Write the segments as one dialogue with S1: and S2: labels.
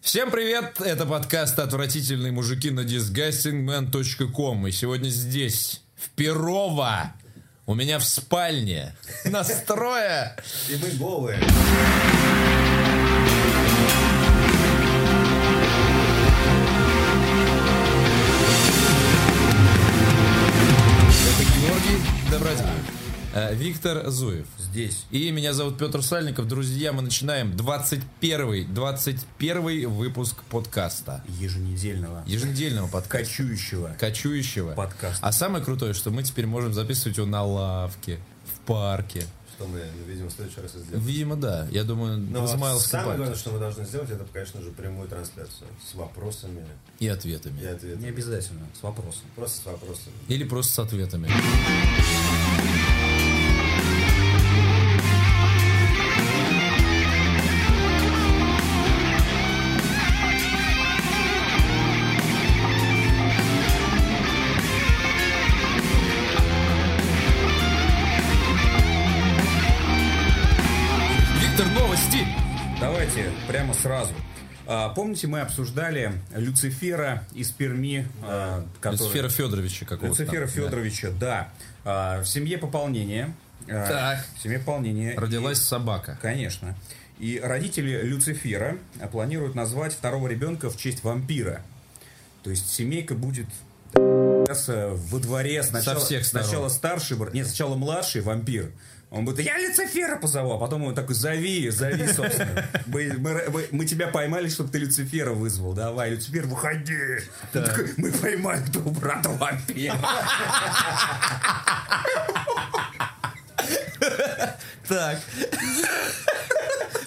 S1: Всем привет! Это подкаст «Отвратительные мужики» на disgustingman.com. И сегодня здесь, в Перово, у меня в спальне, настроя,
S2: И мы голые.
S1: это Георгий Добродин, э, Виктор Зуев.
S2: Здесь.
S1: И меня зовут Петр Сальников. Друзья, мы начинаем 21 21 выпуск подкаста.
S2: Еженедельного.
S1: Еженедельного подкаста.
S2: Кочующего.
S1: Кочующего.
S2: Подкаста.
S1: А самое крутое, что мы теперь можем записывать его на лавке, в парке.
S3: Что мы, ну, видимо, в следующий раз и сделаем.
S1: Видимо, да. Я думаю,
S3: Но
S1: в Измайловском
S3: самое
S1: парке.
S3: главное, что мы должны сделать, это, конечно же, прямую трансляцию с вопросами
S1: И ответами.
S3: и
S2: Не
S3: ответами.
S2: обязательно, с вопросом.
S3: Просто с вопросами.
S1: Или просто с ответами. Виктор, новости!
S2: Давайте прямо сразу. А, помните, мы обсуждали Люцифера из Перми, а, который-
S1: Люцифера Федоровича какого-то. там,
S2: Люцифера
S1: да.
S2: Федоровича, да. А, в семье пополнение. А,
S1: Так.
S2: В семье пополнение.
S1: Родилась
S2: И-
S1: собака.
S2: Конечно. И родители Люцифера а, планируют назвать второго ребенка в честь вампира. То есть семейка будет д***ться во дворе сначала,
S1: всех сторон.
S2: сначала старший, бр- нет, сначала младший вампир. Он будет, я Люцифера позову, а потом он такой, зови, зови, собственно. Мы, мы- мы- мы тебя поймали, чтобы ты Люцифера вызвал. Давай, Люцифер, выходи. Он такой, мы поймали твоего брата вампира.
S1: Так.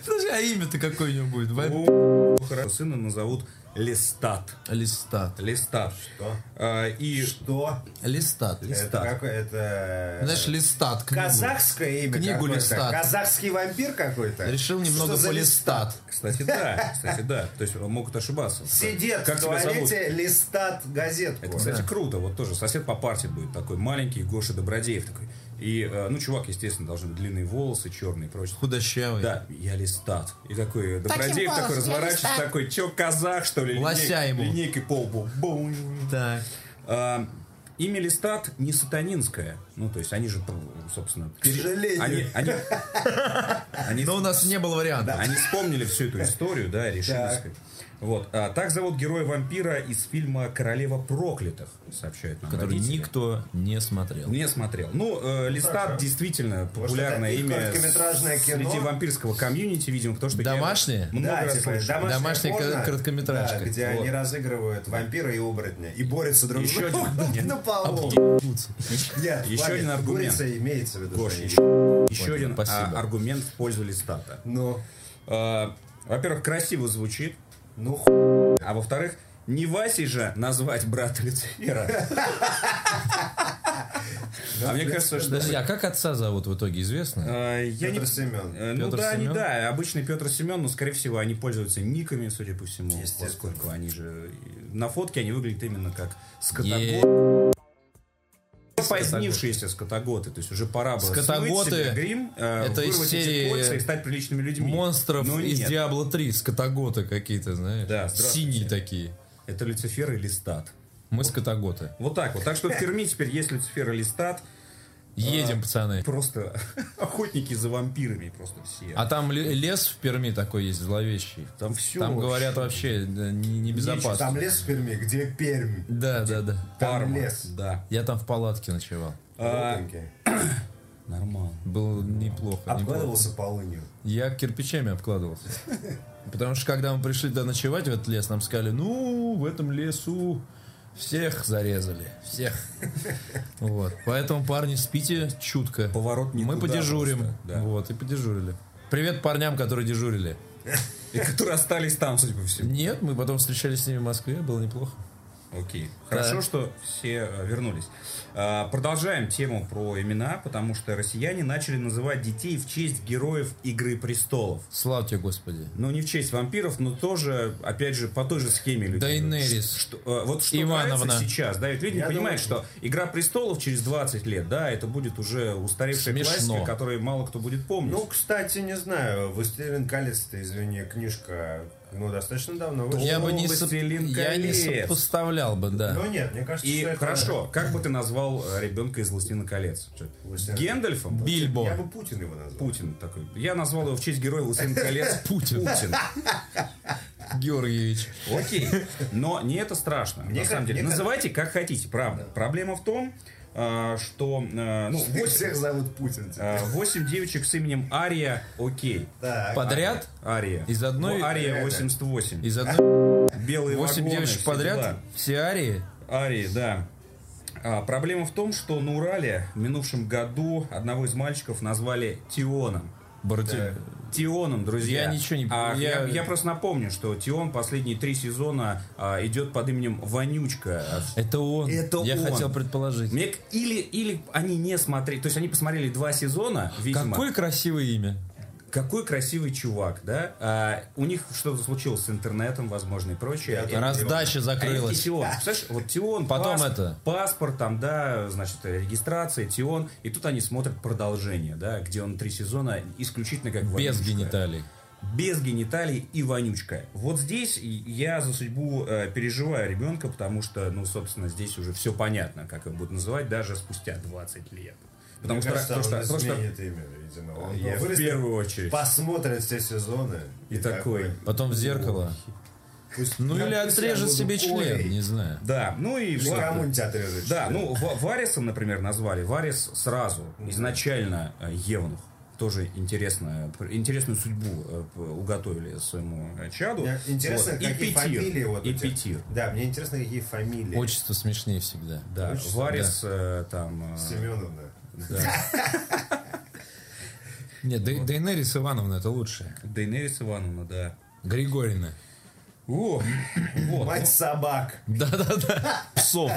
S1: Подожди, а имя-то какое-нибудь? Вампир?
S2: Хорошо, Сына назовут Листат.
S1: Листат.
S2: Листат.
S3: Что?
S2: А, И
S3: Что?
S1: Листат.
S3: Это какое? Это...
S1: Знаешь, листат. книгу.
S3: Казахское имя
S1: Книгу
S3: какое-то.
S1: листат.
S3: Казахский вампир какой-то.
S1: Решил немного
S3: Что за
S1: полистат.
S2: Кстати, да, кстати, да. То есть могут ошибаться.
S3: Сидит
S2: Как
S3: в
S2: тебя зовут?
S3: туалете, листат газетку.
S2: Это, кстати, круто. Вот тоже сосед по парте будет такой маленький, Гоша Добродеев такой. И, э, ну, чувак, естественно, должны быть длинные волосы, черные и прочее.
S1: Худощавый.
S2: Да, я листат. И такой э, Добродеев
S4: голосом,
S2: такой
S4: я
S2: разворачивается,
S4: листат.
S2: такой, чё, казах, что ли?
S1: Лося
S2: Линей-
S1: ему.
S2: Линейкой по лбу. Бум.
S1: Так.
S2: А, Имя Листат не сатанинское. Ну, то есть они же, собственно... пере-
S3: сожалению.
S2: Они, они, они-
S1: Но у нас не было вариантов.
S2: Они вспомнили всю эту историю, да, и решили
S3: Так.
S2: сказать. Вот. а, так зовут героя вампира из фильма «Королева проклятых», сообщает нам
S1: Который
S2: родители.
S1: никто не смотрел.
S2: не смотрел. Ну, э, Листат
S3: Хорошо.
S2: действительно популярное
S3: это и
S2: имя
S3: короткометражное
S2: с-
S3: кино.
S2: среди вампирского комьюнити, видимо, потому что я
S1: Домашнее?
S2: много
S3: Да,
S2: раз
S3: типа,
S2: слышал.
S1: Домашняя
S3: домашняя
S1: кор- короткометражка.
S3: Да, где
S2: Вот.
S3: они разыгрывают вампира и оборотня и борются друг с
S2: Еще один-
S3: другом на полу.
S1: Ебутся.
S3: Нет,
S2: Еще
S3: Владик,
S2: один аргумент.
S3: Курица имеется в виду.
S2: Гош,
S3: что они-
S2: еще, еще
S1: Ладно,
S2: один а,
S1: спасибо.
S2: аргумент в пользу Листата.
S3: Ну,
S2: Э, Во-первых, красиво звучит,
S3: ну ху...
S2: а во-вторых, не Васей же назвать брата Люцифера. А мне кажется, что...
S1: Подожди, а как отца зовут в итоге, известно?
S2: э, Я не...
S3: Петр Семен.
S2: Э, Ну
S1: Пётр
S2: да, они,
S1: Семён?
S2: да, обычный Петр Семен, но скорее всего они пользуются никами, судя по всему,
S3: Естественно.
S2: поскольку они же и на фотке они выглядят именно как
S1: Е-
S2: скотоготы, позднившиеся скотоготы, то есть уже пора было
S1: Скотаготы
S2: смыть себе грим, э,
S1: это из
S2: вырвать
S1: серии
S2: эти кольца и стать приличными людьми.
S1: Монстров
S2: Но
S1: из
S2: ну, нет,
S1: Диабло 3, скотаготы какие-то, знаешь?
S2: Да, здравствуйте.
S1: Синие такие.
S2: это Люцифер или Стат.
S1: Мы скотаготы.
S2: Вот так вот. Так что в Перми теперь есть Люцифер или Стат, А.
S1: Едем, пацаны.
S2: просто охотники за вампирами просто все.
S1: А там ле- лес в Перми такой есть зловещий.
S2: Там все.
S1: Там говорят вообще э, не- небезопасно.
S3: Там лес в Перми, где Пермь.
S1: Да, да, да.
S3: Там лес.
S2: Да.
S1: Я там в палатке ночевал.
S2: А,
S3: Опаньки.
S2: Нормально.
S1: Было неплохо. неплохо.
S3: Обкладывался полынью.
S1: Я кирпичами обкладывался. Потому что когда мы пришли туда ночевать в этот лес, нам сказали, ну, в этом лесу всех зарезали. Всех. Вот. Поэтому, парни, спите чутко.
S2: Поворот не
S1: Мы
S2: туда
S1: подежурим.
S2: просто, да.
S1: Вот, и подежурили. Привет парням, которые дежурили.
S2: И которые остались там, судя по всему.
S1: Нет, мы потом встречались с ними в Москве, было неплохо.
S2: Окей. Хорошо,
S1: Так.
S2: что все э, вернулись. А, Продолжаем тему про имена, потому что россияне начали называть детей в честь героев Игры престолов.
S1: Слава тебе, Господи.
S2: Ну, не в честь вампиров, но тоже, опять же, по той же схеме людей.
S1: Дейнерис.
S2: Что, э, вот что
S1: Ивановна.
S2: нравится сейчас, да, ведь люди
S3: Я
S2: не понимают,
S3: думаю-
S2: что «Игра престолов» через 20 лет, да, это будет уже устаревшая
S1: Смешно.
S2: классика, которую мало кто будет помнить.
S3: Ну, кстати, не знаю, «Властелин колец» это, извини, книжка Ну, достаточно давно
S1: Я
S3: вышел.
S1: бы не,
S2: «Властелин
S1: я не
S2: колец».
S1: сопоставлял бы,
S3: Ну,
S1: да.
S3: нет, мне кажется,
S2: И
S3: что это-
S2: хорошо, как бы ты назвал э, ребенка из «Властелина колец»? Чё,
S3: «Властелин».
S2: Гендальфом?
S3: Я
S1: Бильбо.
S3: бы Путин его назвал.
S2: Путин такой. Я назвал его в честь героя «Властелина колец»
S1: Путин.
S2: Путин. Ну,
S1: Георгиевич.
S2: Окей, но не это страшно.
S3: Мне
S2: на самом
S3: как-
S2: деле,
S3: мне как-
S2: называйте как хотите, правда. Проблема в том, э, что э, ну,
S3: Всех-
S2: 8,
S3: Всех зовут Путин. теперь.
S2: девочек с именем Ария, окей.
S3: Так. а
S1: Подряд?
S2: Ария.
S1: Из одной-
S2: Ну, Ария
S3: Реально.
S2: 88.
S1: Из одной
S2: Белые
S1: 8
S2: вагоны,
S1: девочек
S2: все
S1: подряд.
S2: дела.
S1: Все арии.
S2: Арии, да. А, проблема в том, что на Урале в минувшем году одного из мальчиков назвали Тионом.
S1: Барти-
S2: Тионом, друзья.
S1: Я ничего не-
S2: А, я...
S1: я-
S2: я просто напомню, что Тион последние три сезона а, идет под именем Вонючка. А,
S1: Это он.
S2: Это
S1: Я
S2: он.
S1: хотел предположить.
S2: Мне к- или, или они не смотрели, то есть они посмотрели два сезона, видимо.
S1: Какое красивое имя.
S2: Какой красивый чувак, да? А, у них что-то случилось с интернетом, возможно, и прочее.
S3: Я
S2: И- А,
S1: Раздача
S2: и
S1: закрылась.
S2: Тион, представляешь, вот Тион,
S1: Потом
S2: пас-
S1: это.
S2: паспорт, там, да, значит, э, регистрация, Тион, и тут они смотрят продолжение, да, где он три сезона исключительно как
S1: Без
S2: вонючка.
S1: гениталий.
S2: без гениталий и вонючка. Вот здесь я за судьбу э, переживаю ребенка, потому что, ну, собственно, здесь уже все понятно, как его будут называть, даже спустя 20 лет. Потому
S3: Мне
S2: что,
S3: кажется,
S2: потому
S3: он
S2: что- потому что
S3: изменит имя, видимо. Он
S2: я в
S3: вырастет,
S2: первую очередь.
S3: посмотрит все сезоны.
S2: И такой.
S1: Потом в зеркало.
S3: пусть-
S1: Ну или
S3: я- пусть я
S1: отрежет
S3: буду
S1: себе член,
S3: Колей.
S1: не знаю.
S2: Да, ну и
S3: Пусть
S2: ладно.
S3: Кому-нибудь отрежет
S2: Да,
S3: член.
S2: ну Ва- Варисом, например, назвали. Варис сразу, изначально э, Евнух. Тоже интересно, э, интересную судьбу э, п- уготовили своему э, чаду.
S3: Мне интересно,
S2: Вот. И
S3: какие
S2: Петир.
S3: фамилии вот
S2: И
S3: у тебя.
S2: Петир.
S3: Да, мне интересно, какие фамилии.
S1: Отчество смешнее всегда.
S2: Да,
S3: Отчество,
S2: Варис э, там... э,
S3: Семеновна.
S1: Нет, Дей- Дейнерис Ивановна это лучше.
S2: Дейнерис Ивановна, да.
S1: Григорина.
S2: О, вот. ну,
S3: Мать собак.
S1: Да-да-да. Псов.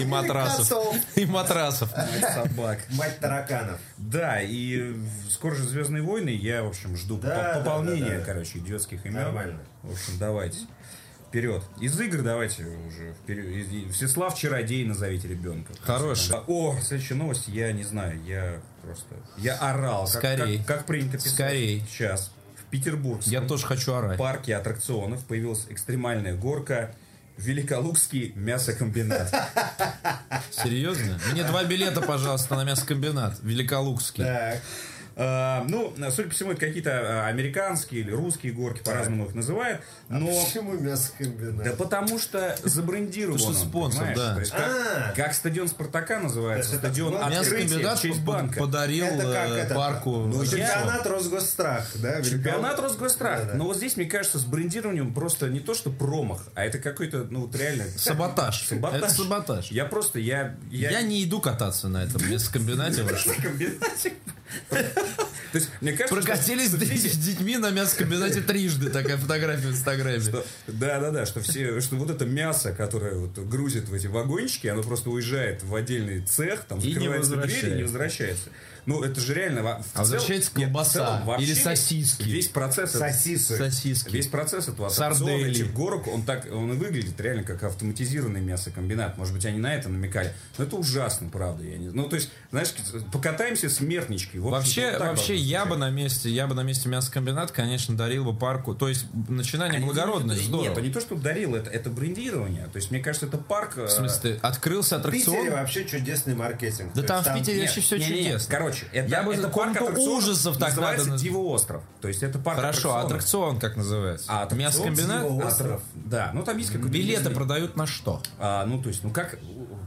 S1: И матрасов.
S3: Котов.
S1: И матрасов.
S2: Мать собак.
S3: Мать тараканов.
S2: Да, и э, скоро же Звездные войны, я, в общем, жду
S3: Да,
S2: по-
S3: да,
S2: пополнения,
S3: да, да, да.
S2: короче, идиотских имен.
S3: Нормально.
S2: В общем, давайте. Вперед. Из игр давайте уже. Вперед. Из- и- Всеслав Чародей назовите ребенка.
S1: Хороший.
S2: А, О, следующая новость, я не знаю, я просто... Я орал. Как-
S1: Скорей.
S2: Как, как принято писать.
S1: Скорей.
S2: Сейчас. В Петербургском
S1: Я тоже хочу орать.
S2: парке аттракционов появилась экстремальная горка Великолукский мясокомбинат.
S1: Серьезно? Мне два билета, пожалуйста, на мясокомбинат. Великолукский.
S3: Так.
S2: А, Ну, судя по всему, это какие-то а, американские или русские горки, по-разному их называют. Но...
S3: Почему мясокомбинат?
S2: Да потому что забрендировано.
S1: Потому что спонсор,
S2: понимаешь?
S1: да.
S2: То есть как,
S3: А.
S2: как стадион Спартака называется,
S3: То есть это-
S2: стадион
S3: ну,
S2: открытия в
S1: А Мясокомбинат
S2: честь
S1: по-
S2: банка.
S1: подарил
S3: Это как
S1: э,
S3: это?
S1: парку.
S3: Ну,
S1: лицо.
S3: чемпионат Росгосстрах, да?
S2: Чемпионат
S3: великолепный.
S2: Росгосстрах.
S3: Да-да.
S2: Но вот здесь, мне кажется, с брендированием просто не то, что промах, а это какой-то, ну, вот реально...
S1: Саботаж.
S2: Саботаж.
S1: Это саботаж.
S2: Я просто, я...
S1: Я... не иду кататься на этом мясокомбинате. вы что?
S2: Комбинатик. То есть, мне кажется, что-
S1: Прокатились с
S2: смотрите,
S1: деть- с детьми на мясокомбинате трижды. Такая фотография в Инстаграме. А
S2: что- да, да, да, что все, что вот это мясо, которое вот грузит в эти вагончики, оно просто уезжает в отдельный цех, там
S1: И не
S2: закрывается дверь и не
S1: возвращается.
S2: возвращается. Ну, это же реально. во- в
S1: А возвращается колбаса
S2: в целом вообще
S1: или
S2: весь-
S1: сосиски.
S2: Весь процесс,
S3: Сосисы.
S1: Сосиски.
S2: весь процесс этого аттракциона,
S1: Сардели.
S2: этих горок, он так, он и выглядит реально как автоматизированный мясокомбинат. Может быть, они на это намекали. Но это ужасно, правда. Я не... Ну, то есть, знаешь, покатаемся с мертничкой. В общем-то,
S1: Вообще,
S2: вот так
S1: вообще
S2: должно
S1: я
S2: звучать.
S1: бы на месте, я бы на месте мясокомбината, конечно, дарил бы парку. То есть начинание благородное,
S2: Нет,
S1: здорово.
S2: Нет, не то, что дарил, это, это брендирование. То есть, мне кажется, это парк... э,
S1: В смысле, открылся
S3: В Питере
S1: аттракцион.
S3: вообще чудесный маркетинг.
S1: Да
S3: То
S1: там
S3: есть
S1: в Питере вообще все
S2: не-не-не,
S1: чудесно.
S2: Короче, это,
S1: Я бы
S2: это парк
S1: комнату
S2: аттракционов
S1: ужасов так
S2: называется
S1: надо наз-
S2: Диво остров. То есть, это парк
S1: Хорошо,
S2: аттракционов.
S1: аттракцион как называется?
S2: А аттракцион
S1: Мясокомбинат?
S3: Диво.
S2: Остров. Да, ну там есть какой-то...
S1: Билеты
S2: интересный-
S1: продают на что?
S2: А, ну, то есть, ну, как,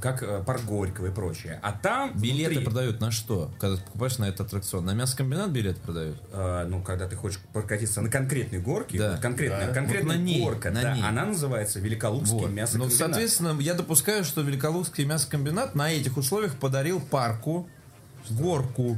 S2: как э, парк Горького и прочее. А там
S1: Билеты
S2: внутри,
S1: продают на что? Когда ты покупаешь на этот аттракцион? На мясокомбинат билет продают?
S2: э, ну, когда ты хочешь прокатиться на конкретной горке,
S1: Да.
S2: вот конкретная,
S3: Да.
S2: конкретная
S1: Вот на ней,
S2: горка,
S1: на
S2: да,
S1: ней.
S2: она называется Великолукский
S1: Вот. Ну,
S2: мясокомбинат.
S1: соответственно, я допускаю, что Великолукский мясокомбинат на этих условиях подарил парку горку.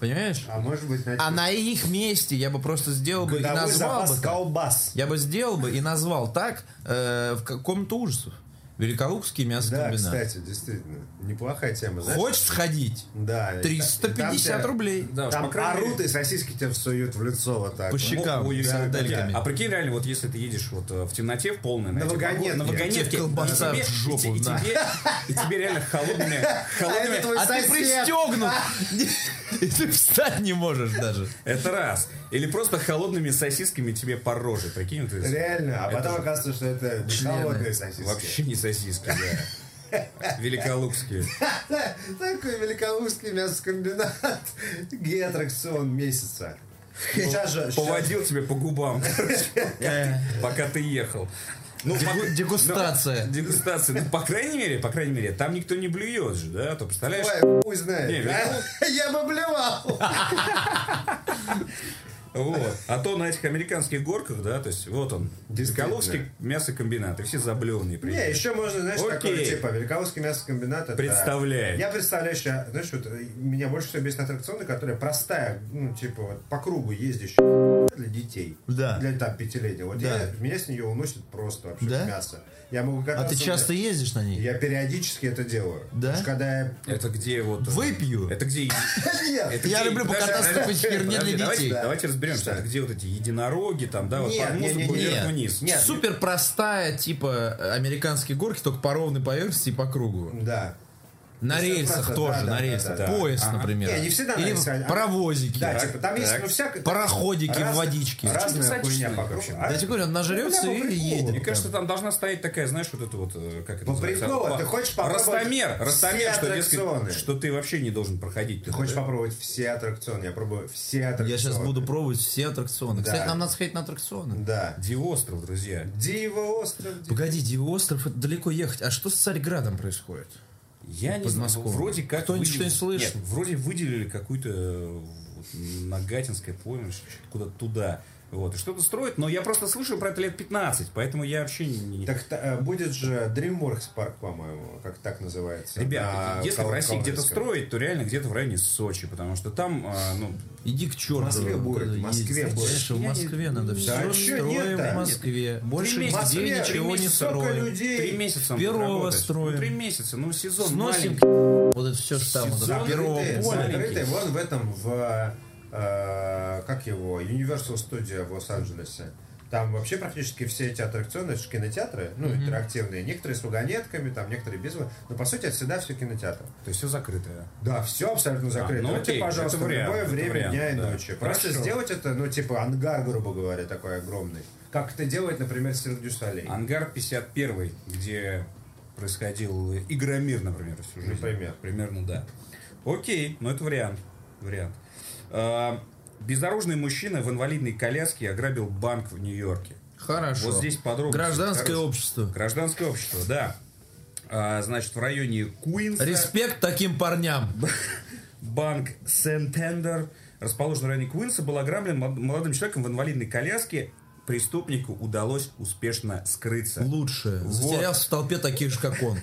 S1: Понимаешь?
S3: А может быть, значит,
S1: А на их месте я бы просто сделал бы и
S3: годовой
S1: назвал бы
S3: запас
S1: так.
S3: колбас.
S1: Я бы сделал бы и назвал так э, в каком-то ужасов. Великолукский
S3: Да,
S1: мясокомбинат.
S3: кстати, действительно. Неплохая тема. знаешь?
S1: Хочешь сходить?
S3: Да. и
S1: 350
S3: там тебя-
S1: рублей.
S2: Да уж, по
S3: Там
S2: крайней мере-
S3: орут и сосиски тебе всуют в лицо вот так.
S1: По
S3: вот.
S1: щекам,
S2: Ой, ой,
S1: с
S3: да,
S1: отдельками.
S2: А прикинь, реально, вот если ты едешь вот э, в темноте в полной...
S3: На
S2: этих
S3: вагонетке.
S2: вагон- На вагонетке.
S1: Тебе колбаса
S2: и тебе-
S1: в жопу,
S2: И, те- и
S1: да.
S2: тебе, и тебе реально холодная...
S3: А это
S2: холодная
S3: твой
S1: А ты
S3: сосед.
S1: пристегнут! И ты встать не можешь даже.
S2: Это раз. Или просто холодными сосисками тебе по роже. Прикинь, ты
S3: Реально, а потом
S2: же-
S3: оказывается, что это не
S1: Члены.
S3: холодные сосиски.
S2: вообще не сосиски, да. Великолупские.
S3: Да, Такой великолужский мясокомбинат. Геоаттракцион месяца.
S1: Ну,
S3: Сейчас же... сейчас-
S2: Поводил тебе по губам, короче, пока ты- пока ты ехал. Ну,
S1: Дегу-
S2: по-
S1: дегустация.
S2: ну, дегустация. Ну, по крайней мере, по крайней мере, там никто не блюет же, да? Ты представляешь?
S3: Ой, хуй
S2: Не,
S3: знает. да? Я бы блевал.
S2: Вот. А то на этих американских горках, да, то есть вот он.
S3: Действительно.
S2: Великоловский мясокомбинат. И все заблеванные. при
S3: Не,
S2: этом.
S3: еще можно, знаешь, такое,
S2: Окей.
S3: типа, великолужский мясокомбинат. это-
S2: Представляет.
S3: Я представляю, что, знаешь, вот, э, меня больше всего бесит аттракционы, которые простая, ну, типа, вот, по кругу ездящая для детей.
S1: Да.
S3: Для, там, пятилетия. Вот
S1: Да.
S3: я- меня с нее уносит просто вообще
S1: Да?
S3: в мясо. Я могу
S1: А
S3: кататься
S1: ты
S3: на-
S1: часто ездишь на ней?
S3: Я периодически это делаю.
S1: Да?
S3: Потому что Когда я...
S2: Это где вот... э,
S1: Выпью.
S2: Это где...
S3: Нет.
S2: это
S1: Я
S2: где-
S1: люблю
S2: Подожди,
S1: покататься на
S2: подожди,
S1: херне
S2: подожди,
S1: для
S2: давайте-
S1: детей.
S2: Давайте разберемся.
S3: Да.
S2: Это где вот эти единороги там, да, вот
S3: Нет,
S2: под
S3: нет,
S2: музыку
S3: нет,
S2: вверх-вниз.
S3: нет.
S1: Супер простая, типа американские горки, только по ровной поверхности и по кругу.
S3: Да.
S1: На
S3: Ну,
S1: рельсах
S3: просто,
S1: тоже,
S3: да, да,
S1: на
S3: да,
S1: рельсах.
S3: да,
S2: да.
S1: Поезд,
S2: Ага.
S1: например.
S3: Не, не всегда на
S1: Или
S3: рельсах, а-
S1: паровозики.
S3: Да,
S1: Да,
S3: типа, там есть,
S2: так.
S3: ну, всякое...
S1: Пароходики в
S3: Разно-
S1: водичке.
S2: Чё
S3: Разная
S2: ты
S3: хуйня по
S2: сочувствуешь
S3: кругу.
S2: вообще?
S3: А-
S1: я тебе говорю, он нажрется
S3: Ну, да, по
S1: и
S3: приколу.
S1: едет.
S2: Мне
S1: прям.
S2: кажется, там должна стоять такая, знаешь, вот это вот, э, как это
S3: По
S2: называется?
S3: приколу,
S2: По-
S3: Ну, ты хочешь попробовать
S2: Ростомер,
S3: все
S2: ростомер, что, дескать,
S3: аттракционы?
S2: что ты вообще не должен проходить.
S3: Ты
S2: туда,
S3: хочешь
S2: да?
S3: попробовать все аттракционы? Я пробую все аттракционы.
S1: Я сейчас буду пробовать все аттракционы.
S3: Да.
S1: Кстати, нам надо сходить на аттракционы.
S3: Да.
S2: Диостров, друзья.
S3: Диво остров. Ди-
S1: Погоди, Диостров, это далеко ехать. А что с Царьградом происходит?
S2: Я не знаю,
S1: Подмосковье.
S2: вроде как...
S1: Кто ничего
S2: выделили-
S1: не слышал?
S2: Нет, вроде выделили какую-то э, вот, Нагатинское поймешь, куда-то туда. Вот, и что-то строят, но я просто слышал про это лет 15, поэтому я вообще не...
S3: Так та- э, будет же DreamWorks парк, по-моему, как так называется.
S2: Ребята,
S1: а
S3: на
S2: если в
S3: Кол-
S2: России где-то
S3: Коломенском.
S2: строить, то реально где-то в районе Сочи, потому что там, а, ну,
S1: Иди к черту.
S3: Москве будет,
S1: Когда
S3: в Москве
S1: ездить.
S3: будет.
S1: Конечно, в
S2: Я не-
S1: Москве надо все
S3: Да чё
S1: строим
S3: нет-то?
S1: в Москве. Больше
S2: Три
S1: нигде
S2: месяца.
S3: Москве три
S1: ничего не
S3: месяца, сколько
S1: строим.
S3: людей?
S2: три месяца надо
S1: Первого
S2: работать.
S1: строим.
S2: Ну, три месяца, ну, сезон
S1: Сносим
S2: маленький.
S1: к- вот это все, что там, вот это
S2: Сезон
S1: первого
S3: Закрытые,
S2: поля.
S3: закрытые, вот в этом, в, э, как его, Universal Studio в Лос-Анджелесе. Там вообще практически все эти аттракционы, это же кинотеатры, ну, интерактивные. Некоторые с вагонетками, там, некоторые без ваг- Но, по сути, это всегда все кинотеатр.
S2: То есть все закрытое.
S3: Да, все абсолютно закрыто.
S2: ну
S3: Вот тебе,
S2: окей,
S3: пожалуйста,
S2: это
S3: в
S2: вариант,
S3: любое
S2: это
S3: время
S2: вариант,
S3: дня и
S2: да.
S3: ночи. Просто
S2: Хорошо.
S3: сделать это, ну, типа ангар, грубо говоря, такой огромный. Как это делает, например, Сир дю Солей.
S2: Ангар 51, где происходил Игромир, например, всю жизнь.
S3: Например.
S2: Примерно, да. Окей, но это вариант. Вариант. А, Бездорожный мужчина в инвалидной коляске ограбил банк в Нью-Йорке.
S1: Хорошо.
S2: Вот здесь подробно.
S1: Гражданское общество.
S2: Гражданское общество, да. А, значит, в районе Куинса
S1: Респект таким парням.
S2: банк Сентендер, расположенный в районе Куинса, был ограблен млад- молодым человеком в инвалидной коляске. Преступнику удалось успешно скрыться.
S1: Лучше. Затерялся в толпе таких же, как он.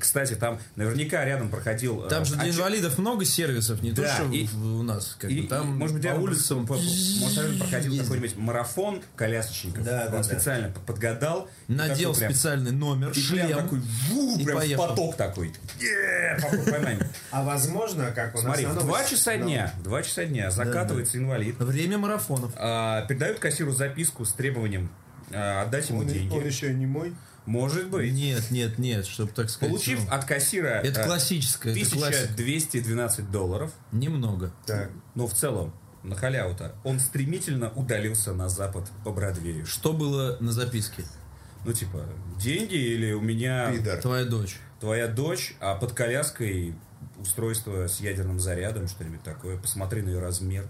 S2: Кстати, там наверняка рядом проходил... э,
S1: Там же для
S2: отчет-
S1: инвалидов много сервисов, не то,
S2: Да,
S1: что
S2: и-
S1: в- у нас. Как
S2: и-
S1: бы, там
S2: и, может быть,
S1: по
S2: рядом-
S1: улицам... по-
S2: Может, наверное, проходил
S1: Ездит.
S2: какой-нибудь марафон колясочников.
S3: Да, да, да.
S2: Он специально п- подгадал. и
S1: Надел
S2: такой прям-
S1: специальный номер,
S2: И прям
S1: шлем.
S2: такой, ву,
S1: и
S2: прям в
S1: поехал.
S2: поток такой. Е, попал в поймание.
S3: А возможно, как у нас...
S2: Смотри,
S3: на
S2: в
S3: новости-
S2: 2 часа дня, в 2 часа дня закатывается инвалид,
S1: Время марафонов.
S2: а, передают кассиру записку с требованием а, отдать ему
S3: Он, он
S2: деньги.
S3: еще и не мой.
S2: Может быть.
S1: Нет, нет, нет, чтобы так сказать.
S2: Получив
S1: ну,
S2: от кассира
S1: это
S2: а,
S1: классическое, это классика.
S2: 1212 долларов,
S1: Немного.
S3: Так.
S2: но в целом, на халяву-то, он стремительно удалился на запад по Бродвею.
S1: Что было на записке?
S2: Ну, типа, деньги или у меня
S3: Пидор.
S1: Твоя дочь.
S2: твоя дочь, а под коляской устройство с ядерным зарядом, что-нибудь такое. Посмотри на ее размер.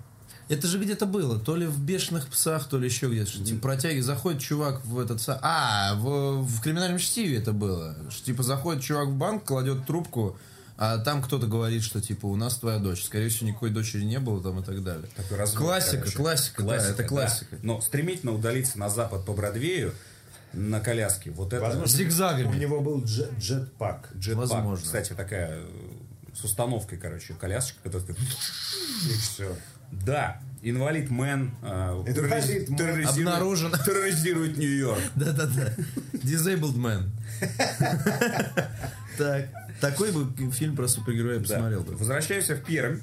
S1: Это же где-то было, то ли в бешеных псах, то ли еще где-то. Что, Типа протяги, заходит чувак в этот са- А, в, в криминальном чтиве это было. Что, типа заходит чувак в банк, кладет трубку, а там кто-то говорит, что типа у нас твоя дочь. Скорее всего, никакой дочери не было там и так далее.
S2: Такой развод,
S1: классика,
S2: короче.
S1: классика, да, это
S2: да.
S1: классика.
S2: Но стремительно удалиться на запад по Бродвею на коляске. Вот это
S3: Возможно,
S1: Зигзагами.
S3: У него был джет, джетпак.
S2: джетпак.
S1: возможно.
S2: Кстати, такая э, с установкой, короче, колясочка, которая такая-
S3: И все.
S2: Да, инвалид мэн э,
S3: Инвалид мэн.
S2: терроризирует-
S1: Обнаружен.
S2: терроризирует Нью-Йорк.
S1: Да-да-да. Disabled man. Так. Такой бы фильм про супергероя
S2: Да.
S1: посмотрел бы.
S2: Возвращаемся в Пермь.